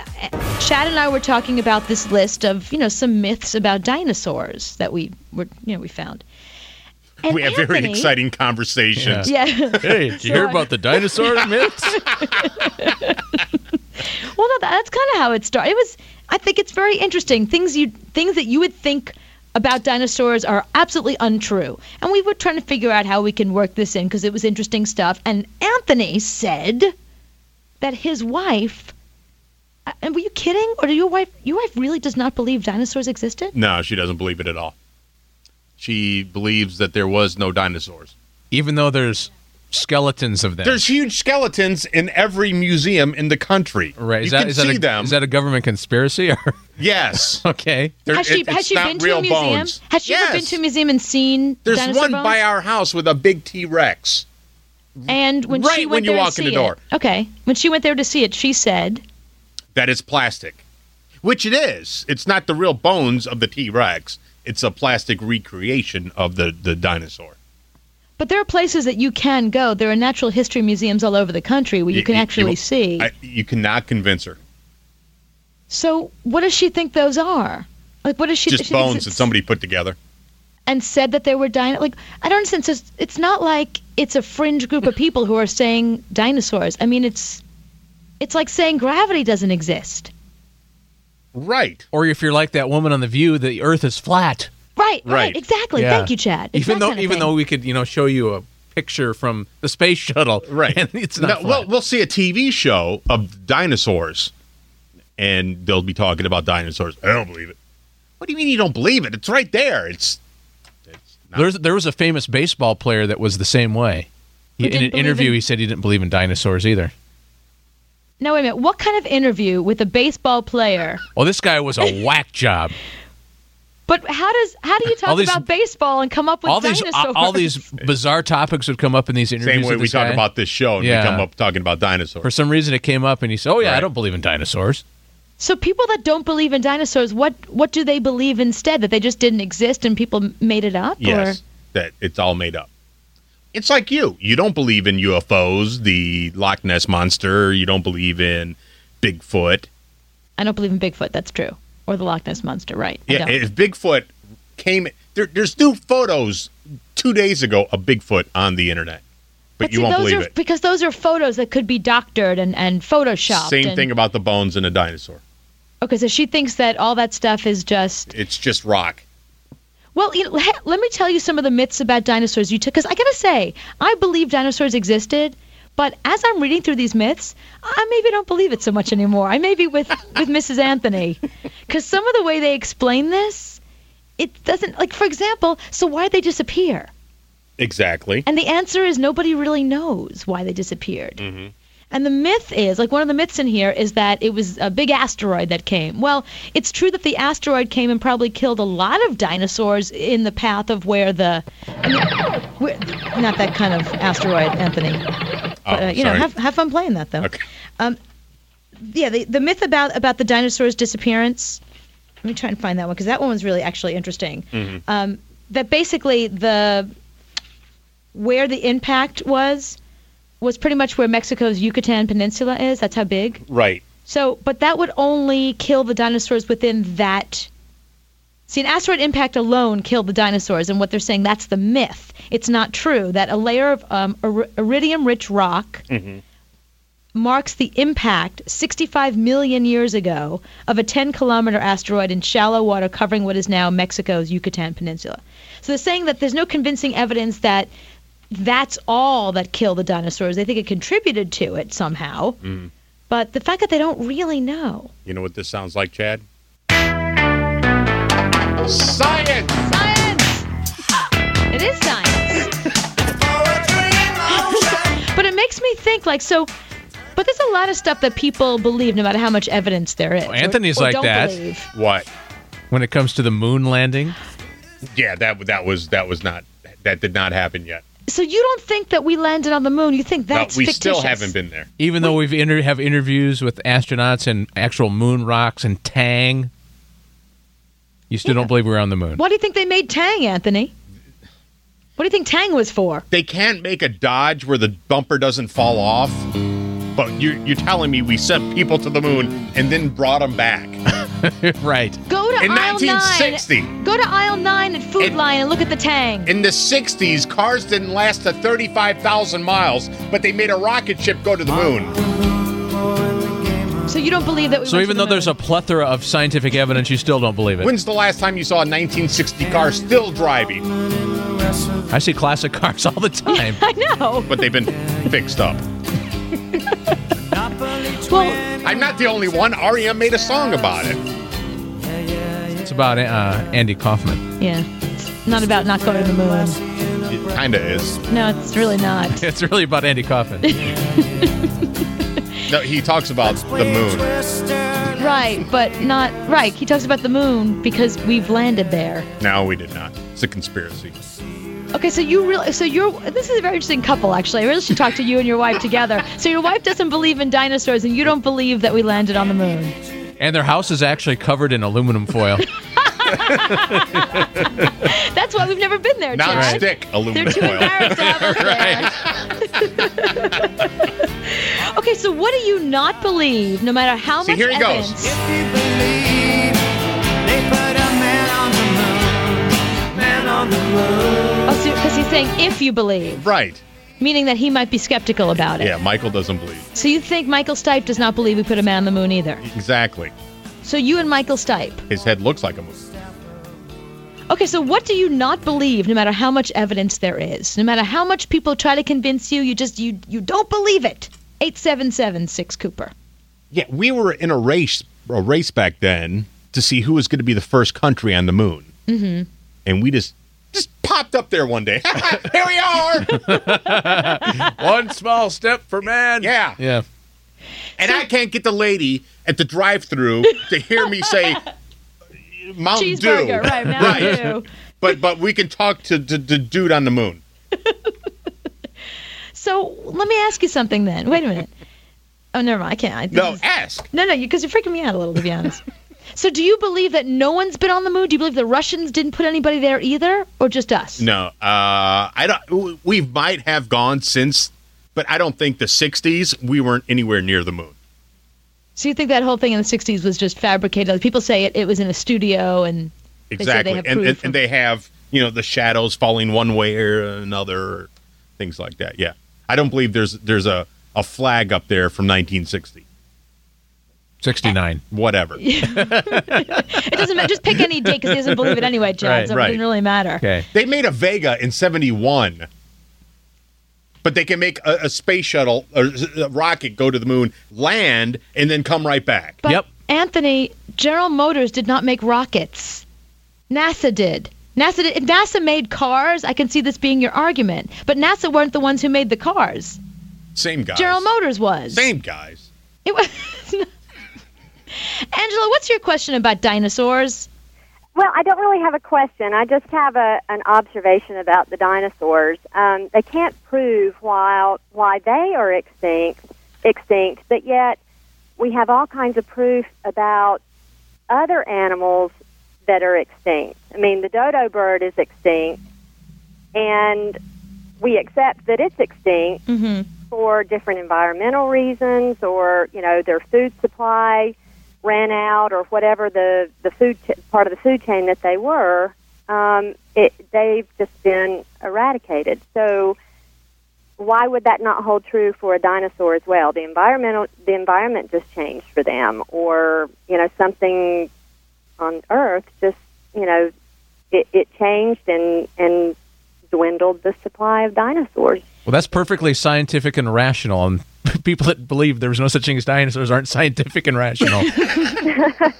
Chad and I were talking about this list of, you know, some myths about dinosaurs that we were, you know, we found. And
We have very
Anthony-
exciting conversations.
Yeah.
Hey, did you hear about the dinosaur myths?
Well, no, that- that's kind of how it started. It was. I think it's very interesting. Things you things that you would think about dinosaurs are absolutely untrue, and we were trying to figure out how we can work this in because it was interesting stuff. And Anthony said that his wife. uh, And were you kidding, or do your wife? Your wife really does not believe dinosaurs existed.
No, she doesn't believe it at all. She believes that there was no dinosaurs.
Even though there's skeletons of them.
There's huge skeletons in every museum in the country.
right. Is
you
that-
can
is that
see
a,
them.
Is that a government conspiracy? Or
yes.
okay.
They're-
has she,
it-
has
it's
she
not
been to
real
a museum?
bones.
Has she ever been
Yes.
to a museum and seen
There's
dinosaur
one
bones?
by our house with a big T Rex.
and when
right
she
when
went
you
there
walk
to
in
see
the door.
It, okay, when she went there to see it, she said,
that is plastic, which it is. It's not the real bones of the T Rex. It's a plastic recreation of the, the dinosaur.
"But there are places that you can go. There are natural history museums all over the country where you can actually see."
I, you cannot convince her.
so, what does she think those are? Like, what does she?
Just
she thinks
bones that
it's-
somebody put together.
and said that there were dino. Like, I don't understand. So it's, it's not like it's a fringe group of people who are saying dinosaurs. I mean, it's it's like saying gravity doesn't exist.
Right.
Or if you're like that woman on the View, the Earth is flat.
Right, right,
Right.
exactly.
Yeah.
Thank you, Chad. It's
even
that
though
kind of
even
thing.
though we could you know show you a picture from the space shuttle,
Right.
And it's not.
No,
flat.
well, we'll see a TV show of dinosaurs, and they'll be talking about dinosaurs. I don't believe it. What do you mean you don't believe it? It's right there. It's
There's, there was a famous baseball player that was the same way. He-
Who
in
didn't
an
believe
interview,
in-
he said he didn't believe in dinosaurs either.
Now wait a minute. What kind of interview with a baseball player?
Well, Oh, this guy was a whack job.
But how does how do you
All
talk
these-
about baseball and come up with
all these uh,
dinosaurs?
all these bizarre topics would come up in these interviews.
same way
with
we
this
talk
guy.
about this show, and
Yeah.
we come up talking about dinosaurs.
For some reason, it came up, and he said, "Oh yeah, I
Right.
don't believe in dinosaurs."
So people that don't believe in dinosaurs, what what do they believe instead? That they just didn't exist and people m- made it up?
Yes,
Or
that it's all made up. It's like you. You don't believe in UFOs, the Loch Ness monster. You don't believe in Bigfoot.
I don't believe in Bigfoot. That's true. Or the Loch Ness monster, right? I
Yeah,
don't.
if Bigfoot came, there, there's new photos two days ago of Bigfoot on the internet, but, you
see,
won't
those
believe
are,
it.
because those are photos that could be doctored and and photoshopped.
Same
and-
thing about the bones in a dinosaur.
Okay, so she thinks that all that stuff is just
It's just rock.
Well, you know, he- let me tell you some of the myths about dinosaurs you took. Because I got to say, I believe dinosaurs existed, but as I'm reading through these myths, I maybe don't believe it so much anymore. I may be with, with Mrs. Anthony. Because some of the way they explain this, it doesn't, like, for example, so why did they disappear?
Exactly.
And the answer is nobody really knows why they disappeared. And the myth is, like one of the myths in here is that it was a big asteroid that came. Well, it's true that the asteroid came and probably killed a lot of dinosaurs in the path of where the I mean, where, not that kind of asteroid, Anthony. But, uh, you know,
sorry.
have have fun playing that though. Um, yeah, the, the myth about about the dinosaur's disappearance. Let me try and find that one because that one was really actually interesting.
Mm-hmm.
Um, that basically the where the impact was was pretty much where Mexico's Yucatan Peninsula is. That's how big.
Right.
So, but that would only kill the dinosaurs within that. See, an asteroid impact alone killed the dinosaurs, and what they're saying that's the myth. It's not true that a layer of um, ir- iridium-rich rock marks the impact 65 million years ago of a 10 kilometer asteroid in shallow water covering what is now Mexico's Yucatan Peninsula. So they're saying that there's no convincing evidence that that's all that killed the dinosaurs. They think it contributed to it somehow,
Mm.
but the fact that they don't really know.
You know what this sounds like, Chad? Science.
Science! It is science. but it makes me think like, so. But there's a lot of stuff that people believe, no matter how much evidence there is. or-
Anthony's
or
like
don't
that.
believe.
What?
When it comes to the moon landing,
Yeah, that that was that was not that did not happen yet.
So you don't think that we landed on the moon? You think
No,
that's
we
fictitious?
still haven't been there.
even though we've inter- have interviews with astronauts and actual moon rocks and Tang, you still don't believe we're on the moon.
Why do you think they made Tang, Anthony? What do you think Tang was for?
they can't make a dodge where the bumper doesn't fall off. But you're, you're telling me we sent people to the moon and then brought them back
right.
Go to
in
aisle
1960.
nine. Go to aisle nine at Food
And-
Lion and look at the Tang.
In the 60s, cars didn't last to 35,000 miles, but they made a rocket ship go to the moon.
so you don't believe that we?
So
went
even
to the
though there's a
moon?
plethora of scientific evidence, you still don't believe it.
When's the last time you saw a 1960 car still driving,
I see classic cars all the time.
I know.
but they've been fixed up?
Well,
I'm not the only one. REM made a song about it.
It's about uh, Andy Kaufman.
yeah. It's not about not going to the moon.
it kind of is.
No, it's really not.
it's really about Andy Kaufman.
No, he talks about the moon.
Right, but not right. He talks about the moon because we've landed there.
No, we did not. It's a conspiracy.
Okay, so you really, so you're, this is a very interesting couple, actually. I really should talk to you and your wife together. So your wife doesn't believe in dinosaurs, and you don't believe that we landed on the moon.
And their house is actually covered in aluminum foil.
That's why we've never been there.
Not
Chad.
stick aluminum
They're too
foil.
embarrassed to have us there. okay, so what do you not believe, no matter how
See,
much
here he goes.
evidence? Because Oh, he's saying if you believe,
Right.
meaning that he might be skeptical about it.
Yeah, Michael doesn't believe.
So you think Michael Stipe does not believe we put a man on the moon either?
Exactly.
So you and Michael Stipe.
His head looks like a moon.
Okay, so what do you not believe, no matter how much evidence there is, no matter how much people try to convince you, you just you you don't believe it. Eight seven seven six Cooper.
Yeah, we were in a race a race back then to see who was going to be the first country on the moon.
Mm-hmm.
And we just just popped up there one day. Here we are.
One small step for man.
Yeah.
Yeah.
And I can't get the lady at the drive-through to hear me say Mountain Dew.
Cheeseburger, right now
Right. But but we can talk to the dude on the moon.
So let me ask you something then. Wait a minute. Oh, never mind. I can't. I, this
No,
is-
ask.
no, no, because you, are freaking me out a little, to be honest. so do you believe that no one's been on the moon? Do you believe the Russians didn't put anybody there either, or just us?
No, uh, I don't. w- We might have gone since, but I don't think the '60s we weren't anywhere near the moon.
So you think that whole thing in the '60s was just fabricated? People say it, it was in a studio, and They said they
Exactly,
have
and,
proof
and
of-
and they have you know the shadows falling one way or another, things like that. Yeah, I don't believe there's there's a a flag up there from 1960.
69.
Whatever.
it doesn't matter. Just pick any date because he doesn't believe it anyway, John.
Right,
so it
right.
doesn't really matter.
Okay.
They made a Vega in 71. But they can make a, a space shuttle or a rocket go to the moon, land, and then come right back.
But
Yep.
Anthony, General Motors did not make rockets. NASA did. NASA did. If NASA made cars, I can see this being your argument. But NASA weren't the ones who made the cars.
Same guys.
General Motors was.
Same guys.
It was. Angela, what's your question about dinosaurs?
Well, I don't really have a question. I just have a, an observation about the dinosaurs. Um, they can't prove why why they are extinct, extinct, but yet we have all kinds of proof about other animals that are extinct. I mean, the dodo bird is extinct, and we accept that it's extinct
Mm-hmm.
for different environmental reasons or you know their food supply ran out or whatever the the food ch- part of the food chain that they were um, it they've just been eradicated so why would that not hold true for a dinosaur as well the environmental the environment just changed for them or you know something on earth just you know it, it changed and and dwindled the supply of dinosaurs
Well, that's perfectly scientific and rational. And people that believe there's no such thing as dinosaurs aren't scientific and rational.
and,
But- but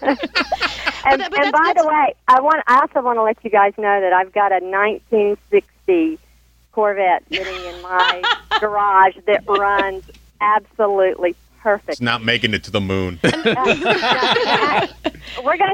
and
that's-
by the way, I want I also want to let you guys know that I've got a 1960 Corvette sitting in my garage that runs absolutely
It's
perfect.
not making it to the moon.
We're going to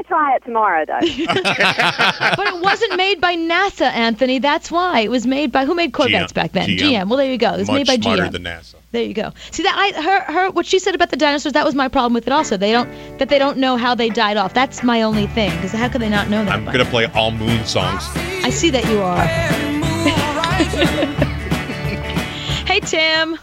try it tomorrow, though.
but it wasn't made by NASA, Anthony. That's why it was made by who made Corvettes
GM.
back then?
GM.
Well, there you go. It was
Much
made by
smarter
GM.
than NASA.
There you go. See that I her her what she said about the dinosaurs that was my problem with it also. They don't that they don't know how they died off. That's my only thing because how could they not know that?
I'm
by
going to
now?
play all moon songs.
I see that you are. hey Tim,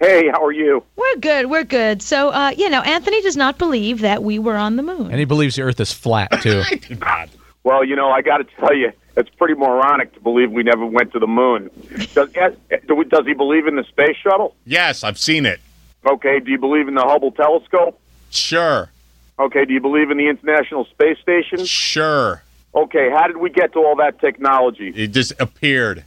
Hey, how are you?
we're good. We're good. So uh, you know Anthony does not believe that we were on the moon.
and he believes the earth is flat, too.
I do not.
Well, you know, I got to tell you, it's pretty moronic to believe we never went to the moon. Does, yes, do- does he believe in the space shuttle?
Yes, I've seen it.
Okay. Do you believe in the Hubble telescope?
Sure.
Okay. Do you believe in the International Space Station?
Sure.
Okay. How did we get to all that technology?
It just uh, appeared.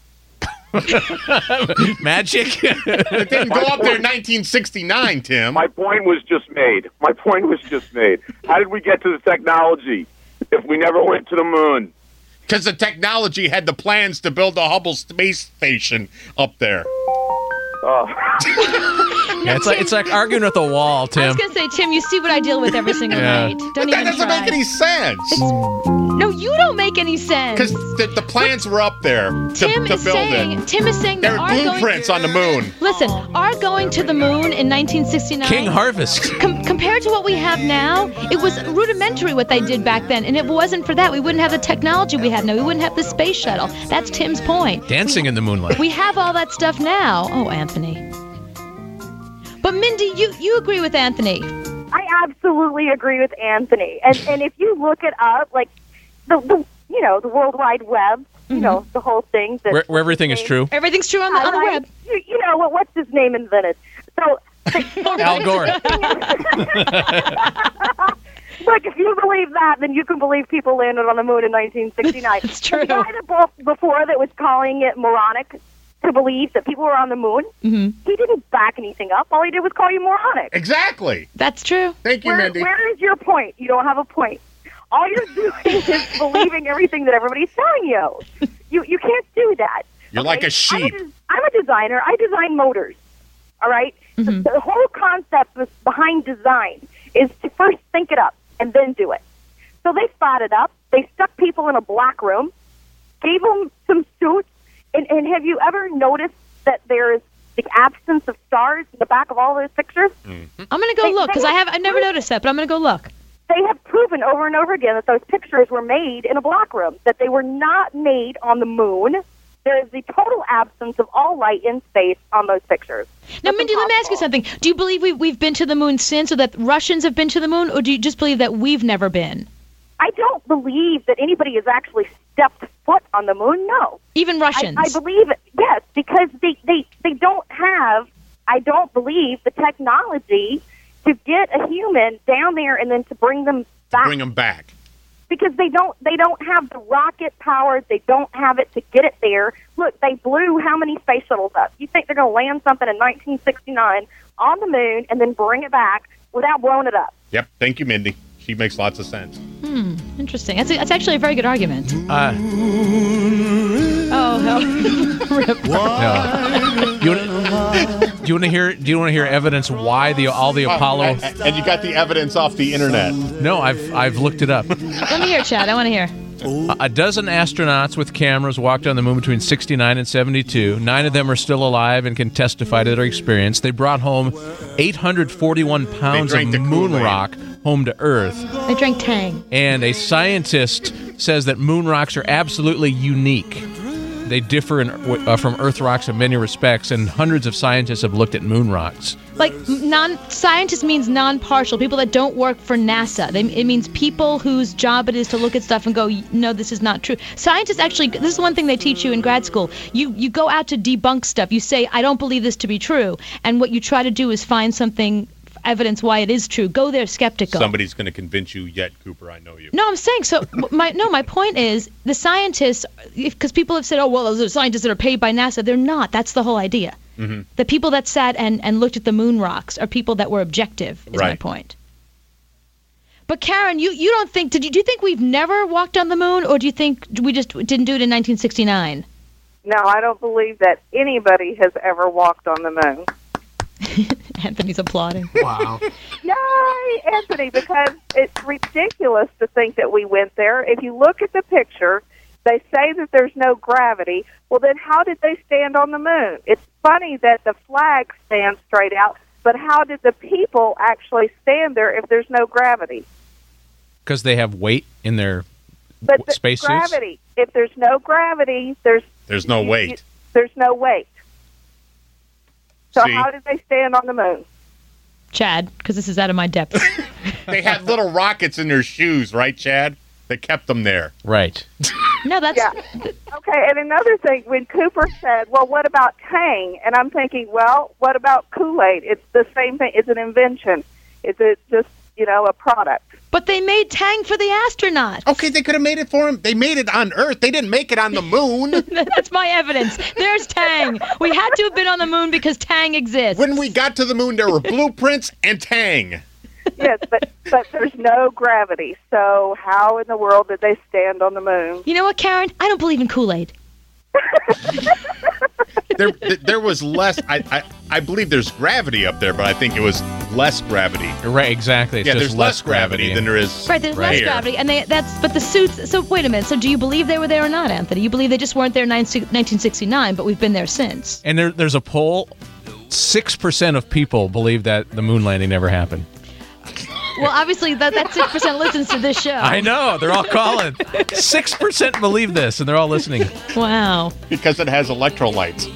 Magic?
It didn't go up there in 1969, Tim.
My point was just made. My point was just made. How did we get to the technology if we never went to the moon?
because the technology had the plans to build the Hubble space station up there.
Yeah, it's like it's like arguing with a wall,
I
Tim.
was gonna say, Tim, you see what I deal with every single
Yeah.
night. Don't
But that
even
doesn't
try.
make any sense
No, you don't make any sense.
because the, the plans were up there to,
Tim
to
is
build
saying.
it.
Tim is saying
There
that
are
our going.
blueprints on the moon.
Listen, our going to the moon in 1969.
King Harvest.
Com- compared to what we have now, it was rudimentary what they did back then. And if it wasn't for that, we wouldn't have the technology we have now. We wouldn't have the space shuttle. That's Tim's point.
Dancing in the moonlight.
We have all that stuff now. Oh, Anthony. But Mindy, you, you agree with Anthony.
I absolutely agree with Anthony. And and if you look it up, like the, the you know the World Wide Web, you
Mm-hmm.
know the whole thing. That,
Where, where everything is true.
Everything's true on the, on the web.
You, you know what? What's his name invented? So
Al Gore.
Look, if you believe that, then you can believe people landed on the moon in 1969. It's
true.
The guy that bo- before that was calling it moronic to believe that people were on the moon,
Mm-hmm.
Mhm.
he didn't back anything up. All he did was call you moronic.
Exactly.
That's true.
Thank you,
Where-
Mindy.
where is your point? You don't have a point. All you're doing is believing everything that everybody's telling you. You you can't do that.
You're like a
I'm a,
sheep.
des- I'm a designer. I design motors. All right?
Mm-hmm.
The, the whole concept was behind design is to first think it up and then do it. So they thought it up. They stuck people in a black room, gave them some suits. And, and have you ever noticed that there is the absence of stars in the back of all those pictures?
I'm gonna go
They-
look because
they
I
have
have I never noticed that, but I'm gonna go look.
they have proven over and over again that those pictures were made in a black room, that they were not made on the moon. There is the total absence of all light in space on those pictures.
Now, Mindy, let me ask you something. Do you believe we we've been to the moon since, or that Russians have been to the moon, or do you just believe that we've never been?
I don't believe that anybody has actually stepped foot on the moon. No.
Even
I,
Russians.
I believe it, yes, because they, they, they don't have, I don't believe, the technology to get a human down there and then to bring them back
Bring them back.
because they don't they don't have the rocket power. They don't have it to get it there. Look, they blew how many space shuttles up? You think they're going to land something in 1969 on the moon and then bring it back without blowing it up?
Yep. Thank you, Mindy. She makes lots of sense.
Hmm, interesting. That's, a, that's actually a very good argument.
Uh,
Oh, no. Rip.
no. You wanna, do you want to hear? Do you want to hear evidence why the all the Apollo?
Oh, And, and you got the evidence off the internet.
No, I've I've looked it up.
Let me hear, Chad. I want to hear.
A a dozen astronauts with cameras walked on the moon between 69 and 72. Nine of them are still alive and can testify to their experience. They brought home 841 pounds of
drank the
moon
Kool-Aid.
rock home to Earth.
I drank Tang.
And a scientist says that moon rocks are absolutely unique. They differ in, uh, from Earth rocks in many respects, and hundreds of scientists have looked at moon rocks.
Like non scientist means non-partial. People that don't work for NASA. They, it means people whose job it is to look at stuff and go, no, this is not true. Scientists actually. This is one thing they teach you in grad school. You you go out to debunk stuff. You say, I don't believe this to be true, and what you try to do is find something evidence why it is true. Go there skeptical.
Somebody's going to convince you yet, Cooper. I know you.
No, I'm saying so. My no, my point is the scientists, because people have said, oh well, those are scientists that are paid by NASA. They're not. That's the whole idea.
Mhm.
The people that sat and and looked at the moon rocks are people that were objective. Is my
Right.
point. But Karen, you you don't think? Did you do you think we've never walked on the moon, or do you think we just didn't do it in 1969?
No, I don't believe that anybody has ever walked on the moon.
Anthony's applauding.
Wow. Yay, Anthony, because it's ridiculous to think that we went there. If you look at the picture, they say that there's no gravity. Well, then how did they stand on the moon? It's funny that the flag stands straight out, but how did the people actually stand there if there's no gravity?
Because they have weight in their
But the
spacesuits.
gravity, if there's no gravity, there's
There's no weight.
there's no weight. So
See?
how did they stand on the moon?
Chad, because this is out of my depth.
They had little rockets in their shoes, right, Chad? They kept them there.
Right.
no, that's
Okay, and another thing, when Cooper said, "Well, what about Tang?" and I'm thinking, "Well, what about Kool Aid? It's the same thing. It's an invention. Is it just you know a product?"
but they made Tang for the astronauts.
Okay, they could have made it for him. They made it on Earth. They didn't make it on the moon.
That's my evidence. There's Tang. We had to have been on the moon because Tang exists.
when we got to the moon, there were blueprints and Tang.
yes, but but there's no gravity. So how in the world did they stand on the moon?
You know what, Karen? I don't believe in Kool Aid.
there, th- there was less. I, I, I believe there's gravity up there, but I think it was less gravity.
Right, exactly. It's
yeah,
just
there's less,
less
gravity,
gravity.
than there is.
Right, there's less
here.
gravity, and they, that's but the suits. So wait a minute. So do you believe they were there or not, Anthony? You believe they just weren't there in 19- 1969, but we've been there since.
And there, there's a poll. Six percent of people believe that the moon landing never happened.
Well, obviously that that six percent listens to this show.
I know they're all calling. Six percent believe this, and they're all listening.
Wow.
Because it has electrolytes.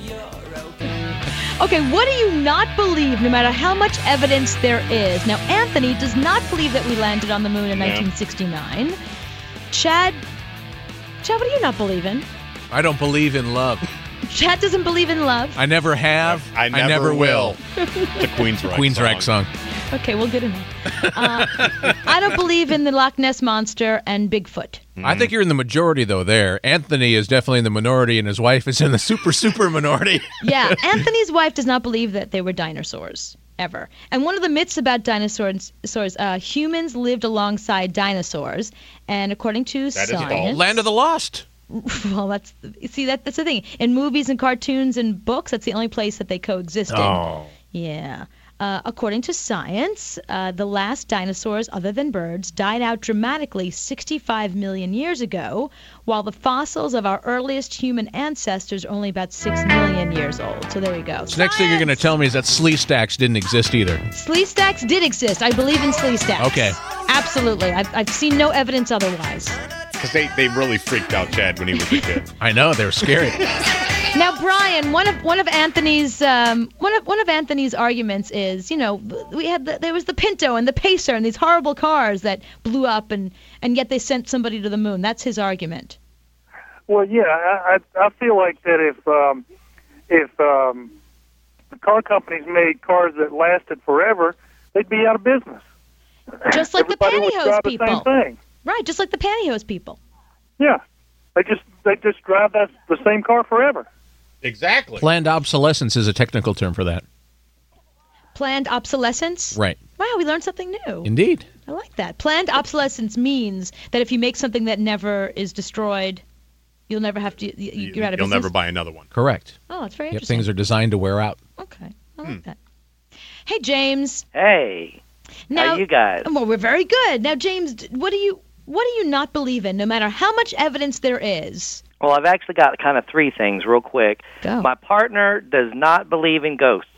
Okay, what do you not believe, no matter how much evidence there is? Now, Anthony does not believe that we landed on the moon in
No.
1969. Chad, Chad, what do you not believe in?
I don't believe in love.
Chad doesn't believe in love.
I never have. I never, will.
The Queensryche
Queensryche song.
okay, well, good enough. Uh, I don't believe in the Loch Ness monster and Bigfoot.
I think you're in the majority though. There, Anthony is definitely in the minority, and his wife is in the super super minority.
Yeah, Anthony's wife does not believe that they were dinosaurs ever. And one of the myths about dinosaurs, dinosaurs, uh, humans lived alongside dinosaurs, and according to
That is
science,
false. Land of the Lost.
Well, that's see that that's the thing. In movies and cartoons and books, that's the only place that they coexisted.
Oh.
Yeah. Uh, according to science, uh, the last dinosaurs, other than birds, died out dramatically 65 million years ago, while the fossils of our earliest human ancestors are only about 6 million years old. So there you go.
So next thing you're going to tell me is that slee stacks didn't exist either.
Slee stacks did exist. I believe in slee stacks.
Okay.
Absolutely. I've, I've seen no evidence otherwise.
Because they, they really freaked out Chad when he was a kid.
I know they were scary.
Now, Brian, one of one of Anthony's um, one of one of Anthony's arguments is, you know, we had the, there was the Pinto and the Pacer and these horrible cars that blew up, and and yet they sent somebody to the moon. That's his argument.
Well, yeah, I, I I feel like that if um, if um, the car companies made cars that lasted forever, they'd be out of business.
Just like
Everybody
the
would
pantyhose
drive the
people.
same thing.
Right, just like the pantyhose people.
Yeah, they just they just drive that the same car forever.
Exactly.
Planned obsolescence is a technical term for that.
Planned obsolescence.
Right.
Wow, we learned something new.
Indeed.
I like that. Planned obsolescence means that if you make something that never is destroyed, you'll never have to. You, you're out of
You'll
business.
never buy another one.
Correct.
Oh, that's very
Yep,
interesting.
things are designed to wear out.
Okay, I
Hmm.
like that. Hey, James.
Hey.
Now
you guys?
Well, we're very good. Now, James, d- what do you what do you not believe in? No matter how much evidence there is.
Well, I've actually got kind of three things real quick. My partner does not believe in ghosts.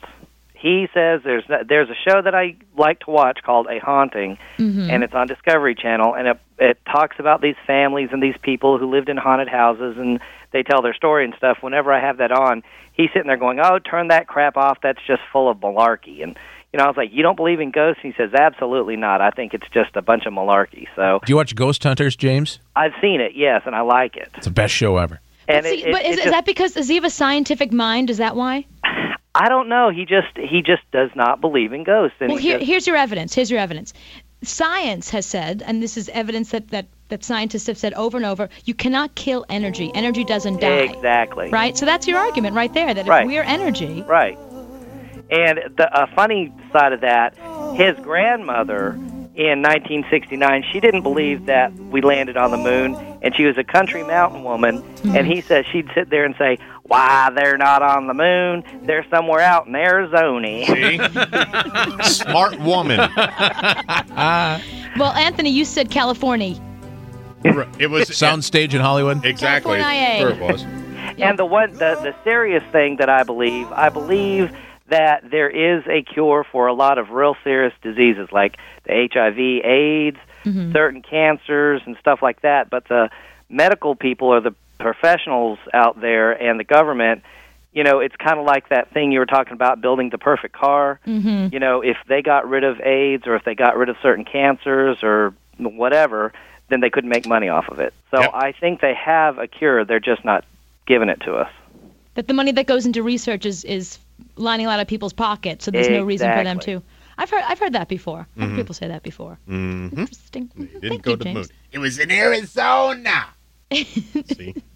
He says there's no, there's a show that I like to watch called A Haunting,
Mm-hmm. Hmm.
and it's on Discovery Channel, and it it talks about these families and these people who lived in haunted houses, and they tell their story and stuff. Whenever I have that on, he's sitting there going, "Oh, turn that crap off. That's just full of malarkey." And you know, I was like, "You don't believe in ghosts?" He says, "Absolutely not. I think it's just a bunch of malarkey." So
Do you watch Ghost Hunters, James?
I've seen it, yes, and I like it.
It's the best show ever.
And
See,
it, it,
but is,
it
is
just-
that because does he have a scientific mind? Is that why?
I don't know. He just he just does not believe in ghosts. And
Well,
he
here,
just-
here's your evidence. Here's your evidence. Science has said, and this is evidence that, that, that scientists have said over and over, you cannot kill energy. Energy doesn't die.
exactly
Right? So that's your argument right there that
Right.
if we're energy,
Right. And the uh, funny side of that, his grandmother in 1969, she didn't believe that we landed on the moon, and she was a country mountain woman. And he says she'd sit there and say, "Why they're not on the moon? They're somewhere out in Arizona."
Smart woman.
well, Anthony, you said California.
It was
soundstage in Hollywood.
Exactly.
California.
That's where it was.
And the one, the, the serious thing that I believe, I believe that there is a cure for a lot of real serious diseases like the HIV, AIDS, certain cancers, and stuff like that. But the medical people or the professionals out there and the government, you know, it's kind of like that thing you were talking about building the perfect car.
Mm-hmm.
You know, if they got rid of AIDS or if they got rid of certain cancers or whatever, then they couldn't make money off of it. So I think they have a cure. They're just not giving it to us.
that the money that goes into research is is lining a lot of people's pockets, so there's no reason for them
Exactly.
to. I've heard I've heard that before.
Mm-hmm.
I've heard
Mhm.
people say that before.
Mm-hmm.
Interesting.
Didn't
Thank
go
you,
to the moon.
James.
It was in Arizona.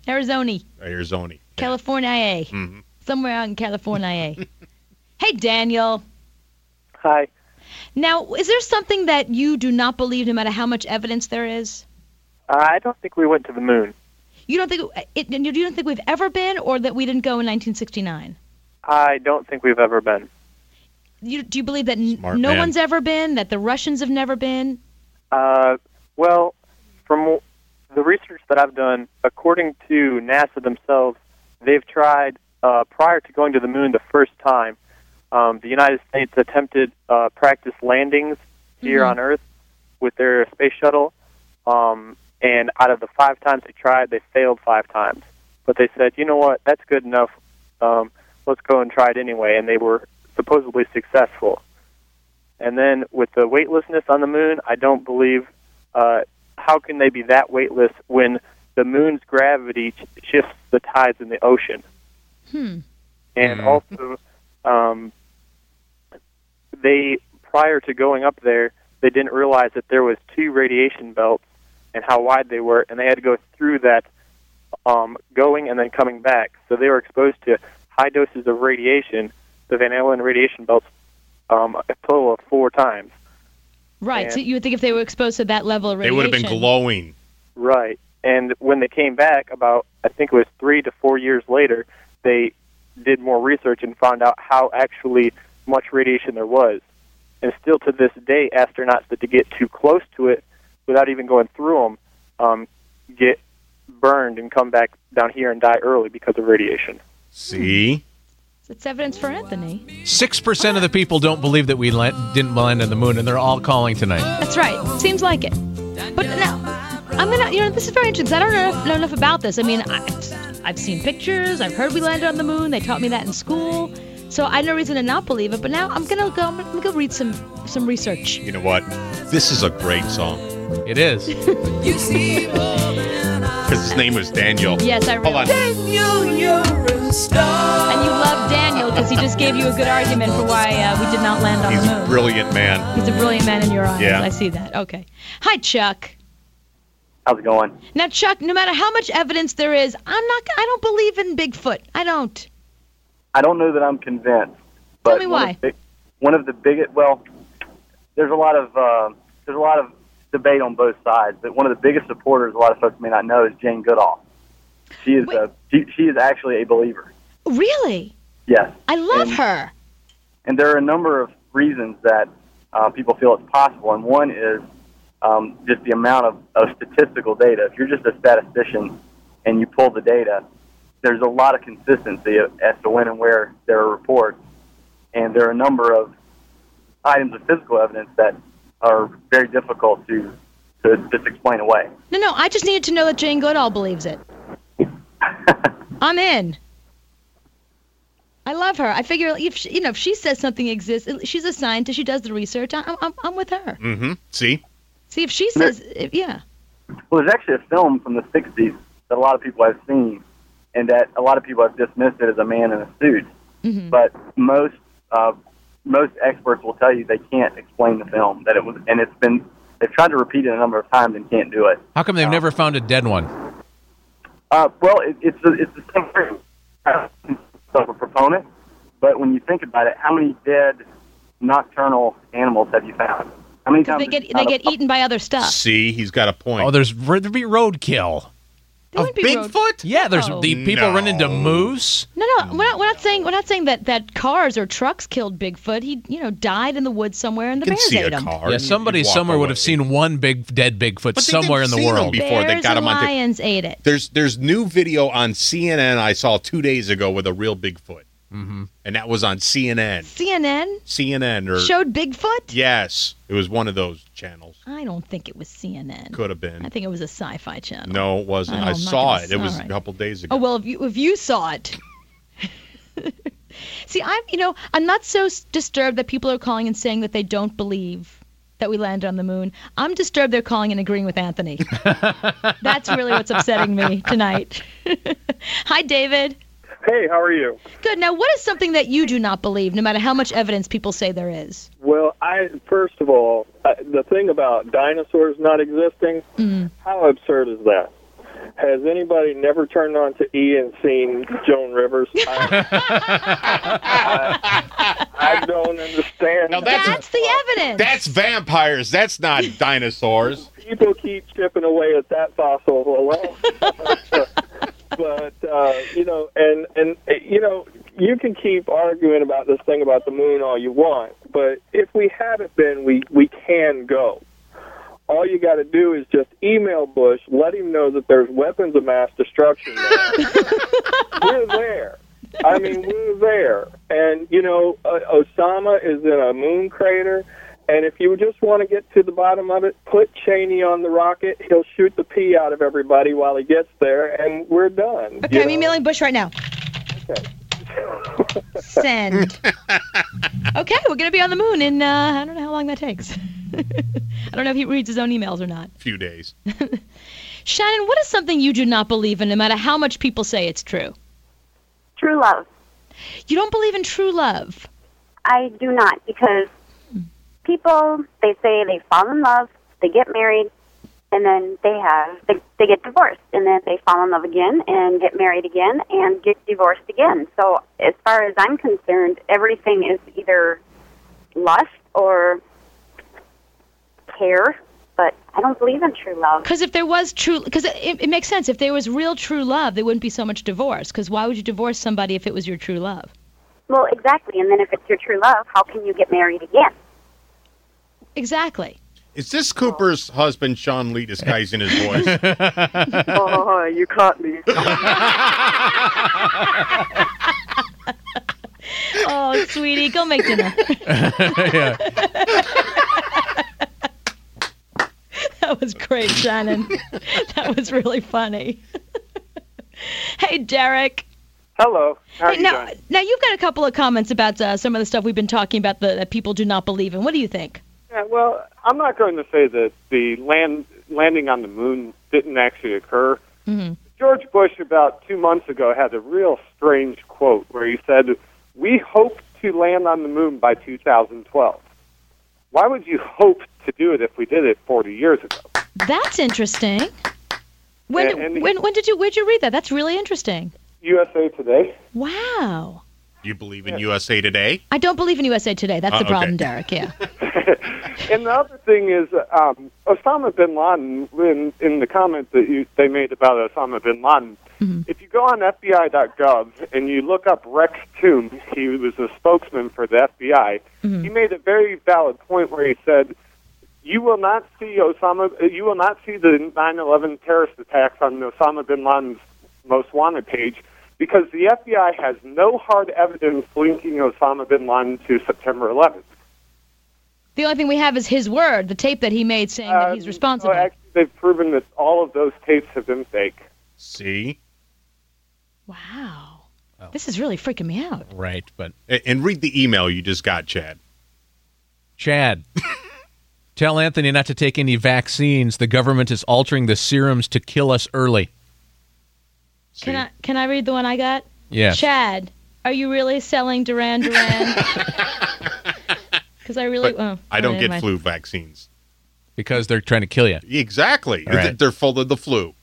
Arizona,
Arizona.
California,
Mm.
Mhm.
somewhere out in California. hey, Daniel.
Hi.
Now, is there something that you do not believe, no matter how much evidence there is?
Uh, I don't think we went to the moon.
You don't think it, you don't think we've ever been, or that we didn't go in 1969?
I don't think we've ever been.
You, do you believe that n-
Smart
no
man.
one's ever been? That the Russians have never been?
Uh, well, from the research that I've done, according to NASA themselves, they've tried uh, prior to going to the moon the first time. Um, the United States attempted uh, practice landings here
Mm-hmm.
on Earth with their space shuttle, um, and out of the five times they tried, they failed five times. But they said, you know what, that's good enough. Um, let's go and try it anyway, and they were supposedly successful. And then with the weightlessness on the moon, I don't believe uh, how can they be that weightless when the moon's gravity sh- shifts the tides in the ocean.
Hmm.
And also, um, they prior to going up there, they didn't realize that there was two radiation belts and how wide they were, and they had to go through that um, going and then coming back. So they were exposed to high doses of radiation, the Van Allen radiation belts, um, a total of four times.
Right.
And-
so you would think if they were exposed to that level of radiation,
glowing.
Right. And when they came back, about I think it was three to four years later, they did more research and found out how actually much radiation there was. And still to this day, astronauts that get too close to it without even going through them um, get burned and come back down here and die early because of radiation.
See?
It's evidence for Anthony.
Six percent of the people don't believe that we la- didn't land on the moon, and they're all calling tonight.
That's right. Seems like it. But now, I'm gonna. You know, this is very interesting. 'cause I don't know, enough- know enough about this. I mean, I, I've seen pictures. I've heard we landed on the moon. They taught me that in school. So I had no reason to not believe it. But now I'm gonna go. I'm gonna go read some some research.
You know what? This is a great song.
It is.
You see,
Because his name was Daniel.
yes, I
Hold
read.
on.
Daniel, you're a star. And you love Daniel because he just gave you a good argument for why uh, we did not land on the moon.
Brilliant man.
He's a brilliant man in your eyes.
Yeah.
I see that. Okay. Hi, Chuck.
How's it going?
Now, Chuck, no matter how much evidence there is, I'm not. I don't believe in Bigfoot. I don't.
I don't know that I'm convinced.
Tell
But
me
one
why.
Of the, big- one of the biggest, well, there's a lot of uh, there's a lot of debate on both sides. But one of the biggest supporters, a lot of folks may not know, is Jane Goodall. She is a she, she is actually a believer.
Really?
Yes,
I love her.
and there are a number of reasons that uh, people feel it's possible. And one is um, just the amount of, of statistical data. If you're just a statistician and you pull the data, there's a lot of consistency as to when and where there are reports. And there are a number of items of physical evidence that are very difficult to, to just explain away.
No, no. I just needed to know that Jane Goodall believes it. I'm in. I love her. I figure if she, you know if she says something exists, she's a scientist. She does the research. I'm, I'm, I'm with her.
Mm-hmm. See?
See if she says, if, yeah.
Well, there's actually a film from the 60s that a lot of people have seen, and that a lot of people have dismissed it as a man in a suit. But most uh, most experts will tell you they can't explain the film that it was, and it's been they've tried to repeat it a number of times and can't do it.
How come they've never found a dead one?
Uh, well, it, it's a, it's the same thing. I'm a proponent, but when you think about it, how many dead nocturnal animals have you found? How many
'Cause
times
they
have
get
you found
they
a-
get eaten by other stuff.
See, he's got a point.
Oh, there's there'd be roadkill.
There wouldn't be Oh. road-
Yeah, there's
No.
the people run into moose.
No, no,
Mm.
we're not, we're not saying we're not saying that, that cars or trucks killed Bigfoot. He, you know, died in the woods somewhere, and the bears ate him.
Yeah, somebody somewhere would have seen one big dead Bigfoot somewhere in the world.
before they
Bears
got
and
him on. tape.
lions ate it.
There's there's new video on CNN I saw two days ago with a real Bigfoot, mm-hmm. and that was on CNN.
CNN
CNN or
showed Bigfoot.
yes, it was one of those channels.
I don't think it was CNN.
Could have been.
I think it was a sci-fi channel.
No, it wasn't.
Oh,
I
I'm not
saw
gonna-
it. It was
alright.
a couple days ago.
Oh well, if you if you saw it. See, I'm you know I'm not so s- disturbed that people are calling and saying that they don't believe that we landed on the moon. I'm disturbed they're calling and agreeing with Anthony. That's really what's upsetting me tonight. Hi, David.
Hey, how are you?
Good. Now, what is something that you do not believe, no matter how much evidence people say there is?
Well, I first of all, uh, the thing about dinosaurs not existing, how absurd is that?
Has anybody never turned on to E and seen Joan Rivers? I, I, I don't understand.
Now that's,
the evidence.
That's vampires. That's not dinosaurs.
People keep chipping away at that fossil alone. but uh, you know, and and uh, you know, you can keep arguing about this thing about the moon all you want, but if we haven't been, we we can go. All you got to do is just email Bush, let him know that there's weapons of mass destruction. There. we're there. I mean, we're there, and you know, uh, Osama is in a moon crater. And if you just want to get to the bottom of it, put Cheney on the rocket. He'll shoot the pee out of everybody while he gets there, and we're done.
Okay, I'm emailing Bush right now. Send. okay, we're gonna be on the moon in uh, I don't know how long that takes. I don't know if he reads his own emails or not.
Few days.
Shannon, what is something you do not believe in, no matter how much people say it's true?
True love.
You don't believe in true love.
I do not because people they say they fall in love, they get married, and then they have they, they get divorced, and then they fall in love again and get married again and get divorced again. So as far as I'm concerned, everything is either lust or care, but I don't believe in true love.
Because if there was true, because it, it, it makes sense. If there was real true love, there wouldn't be so much divorce. Because why would you divorce somebody if it was your true love?
Well, exactly. And then if it's your true love, how can you get married again?
Exactly.
Is this Cooper's husband, Sean Lee, disguising his voice?
oh, you caught me.
Oh, sweetie, go make dinner.
yeah.
That was great, Shannon. that was really funny. hey, Derek.
Hello. How are
Hey,
you
now,
doing?
now you've got a couple of comments about uh, some of the stuff we've been talking about that, that people do not believe in. What do you think?
Yeah, well, I'm not going to say that the land landing on the moon didn't actually occur.
Mm-hmm.
George Bush, about two months ago, had a real strange quote where he said, We hope to land on the moon by 2012. Why would you hope to do it if we did it 40 years ago?
That's interesting. When,
Yeah, and-
when when did you where'd you read that? That's really interesting.
USA Today.
Wow.
You believe in USA Today?
I don't believe in USA Today. That's
Uh,
the problem,
okay.
Derek. Yeah.
And the other thing is, um, Osama bin Laden, in, in the comment that you, they made about Osama bin Laden, if you go on FBI.gov and you look up Rex Toom, he was a spokesman for the FBI, he made a very valid point where he said, you will not see Osama, uh, you will not see the 9/11 terrorist attacks on Osama bin Laden's most wanted page because the FBI has no hard evidence linking Osama bin Laden to September 11th.
The only thing we have is his word, the tape that he made saying that he's responsible.
So actually, they've proven that all of those tapes have been fake.
See?
Wow.
Oh.
This is really freaking me out.
Right, but
A- And read the email you just got, Chad.
Chad, tell Anthony not to take any vaccines. The government is altering the serums to kill us early.
Can I can I read the one I got?
Yes.
Chad, are you really selling Duran Duran? Because I really
But
oh,
I don't
never
get
mind.
flu vaccines.
Because they're trying to kill you.
Exactly.
All right.
They're full of the flu.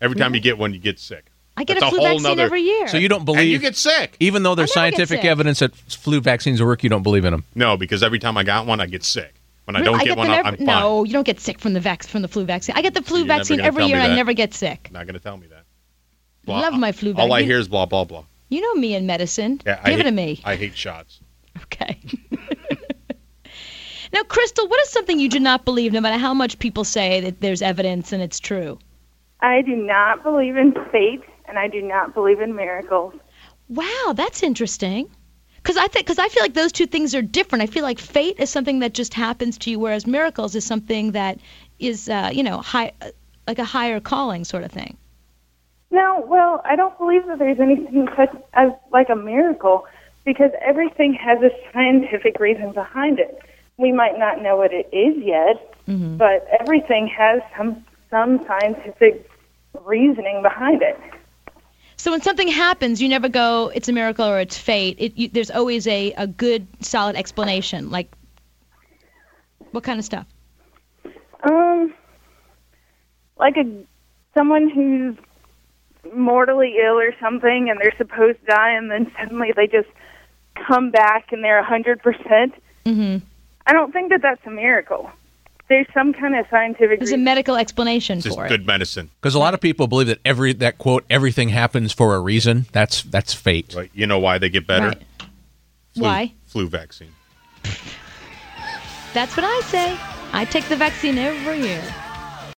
Every time you get one, you get sick.
I get
That's
a flu
whole
vaccine
nother-
every year.
So you don't
And you
believe,
get sick.
even though there's
I never get
scientific
sick.
evidence that flu vaccines work, you don't believe in them.
No, because every time I got one, I get sick. When I
Really?
don't get, one,
them
I-
every-
I'm fine.
No, you don't get sick from the vac- from the flu vaccine. I get the flu
You're never
vaccine
gonna
every
tell me
year. and I
that.
never get sick.
Not going to tell me that.
Love my flu
All I
vaccine.
hear is blah, blah, blah.
You know me in medicine.
Yeah, I
Give it
hate-
to me.
I hate shots.
Okay. now, Crystal, what is something you do not believe, no matter how much people say that there's evidence and it's true?
I do not believe in fate, and I do not believe in miracles.
Wow, that's interesting. Because I think, because I feel like those two things are different. I feel like fate is something that just happens to you, whereas miracles is something that is, uh, you know, high, uh, like a higher calling sort of thing.
No, well, I don't believe that there's anything such as like a miracle because everything has a scientific reason behind it. We might not know what it is yet, but everything has some some scientific reasoning behind it.
So when something happens, you never go, it's a miracle or it's fate. It, you, there's always a, a good, solid explanation. Like, what kind of stuff?
Um, like a someone who's mortally ill or something and they're supposed to die and then suddenly they just come back and they're a 100%,
Mm-hmm.
I don't think that that's a miracle. There's some kind of scientific
There's a medical explanation
Just
for it.
Good medicine.
Because a lot of people believe that every that quote everything happens for a reason. That's that's fate.
Right. You know why they get better?
Right. Why?
Flu vaccine.
That's what I say. I take the vaccine every year.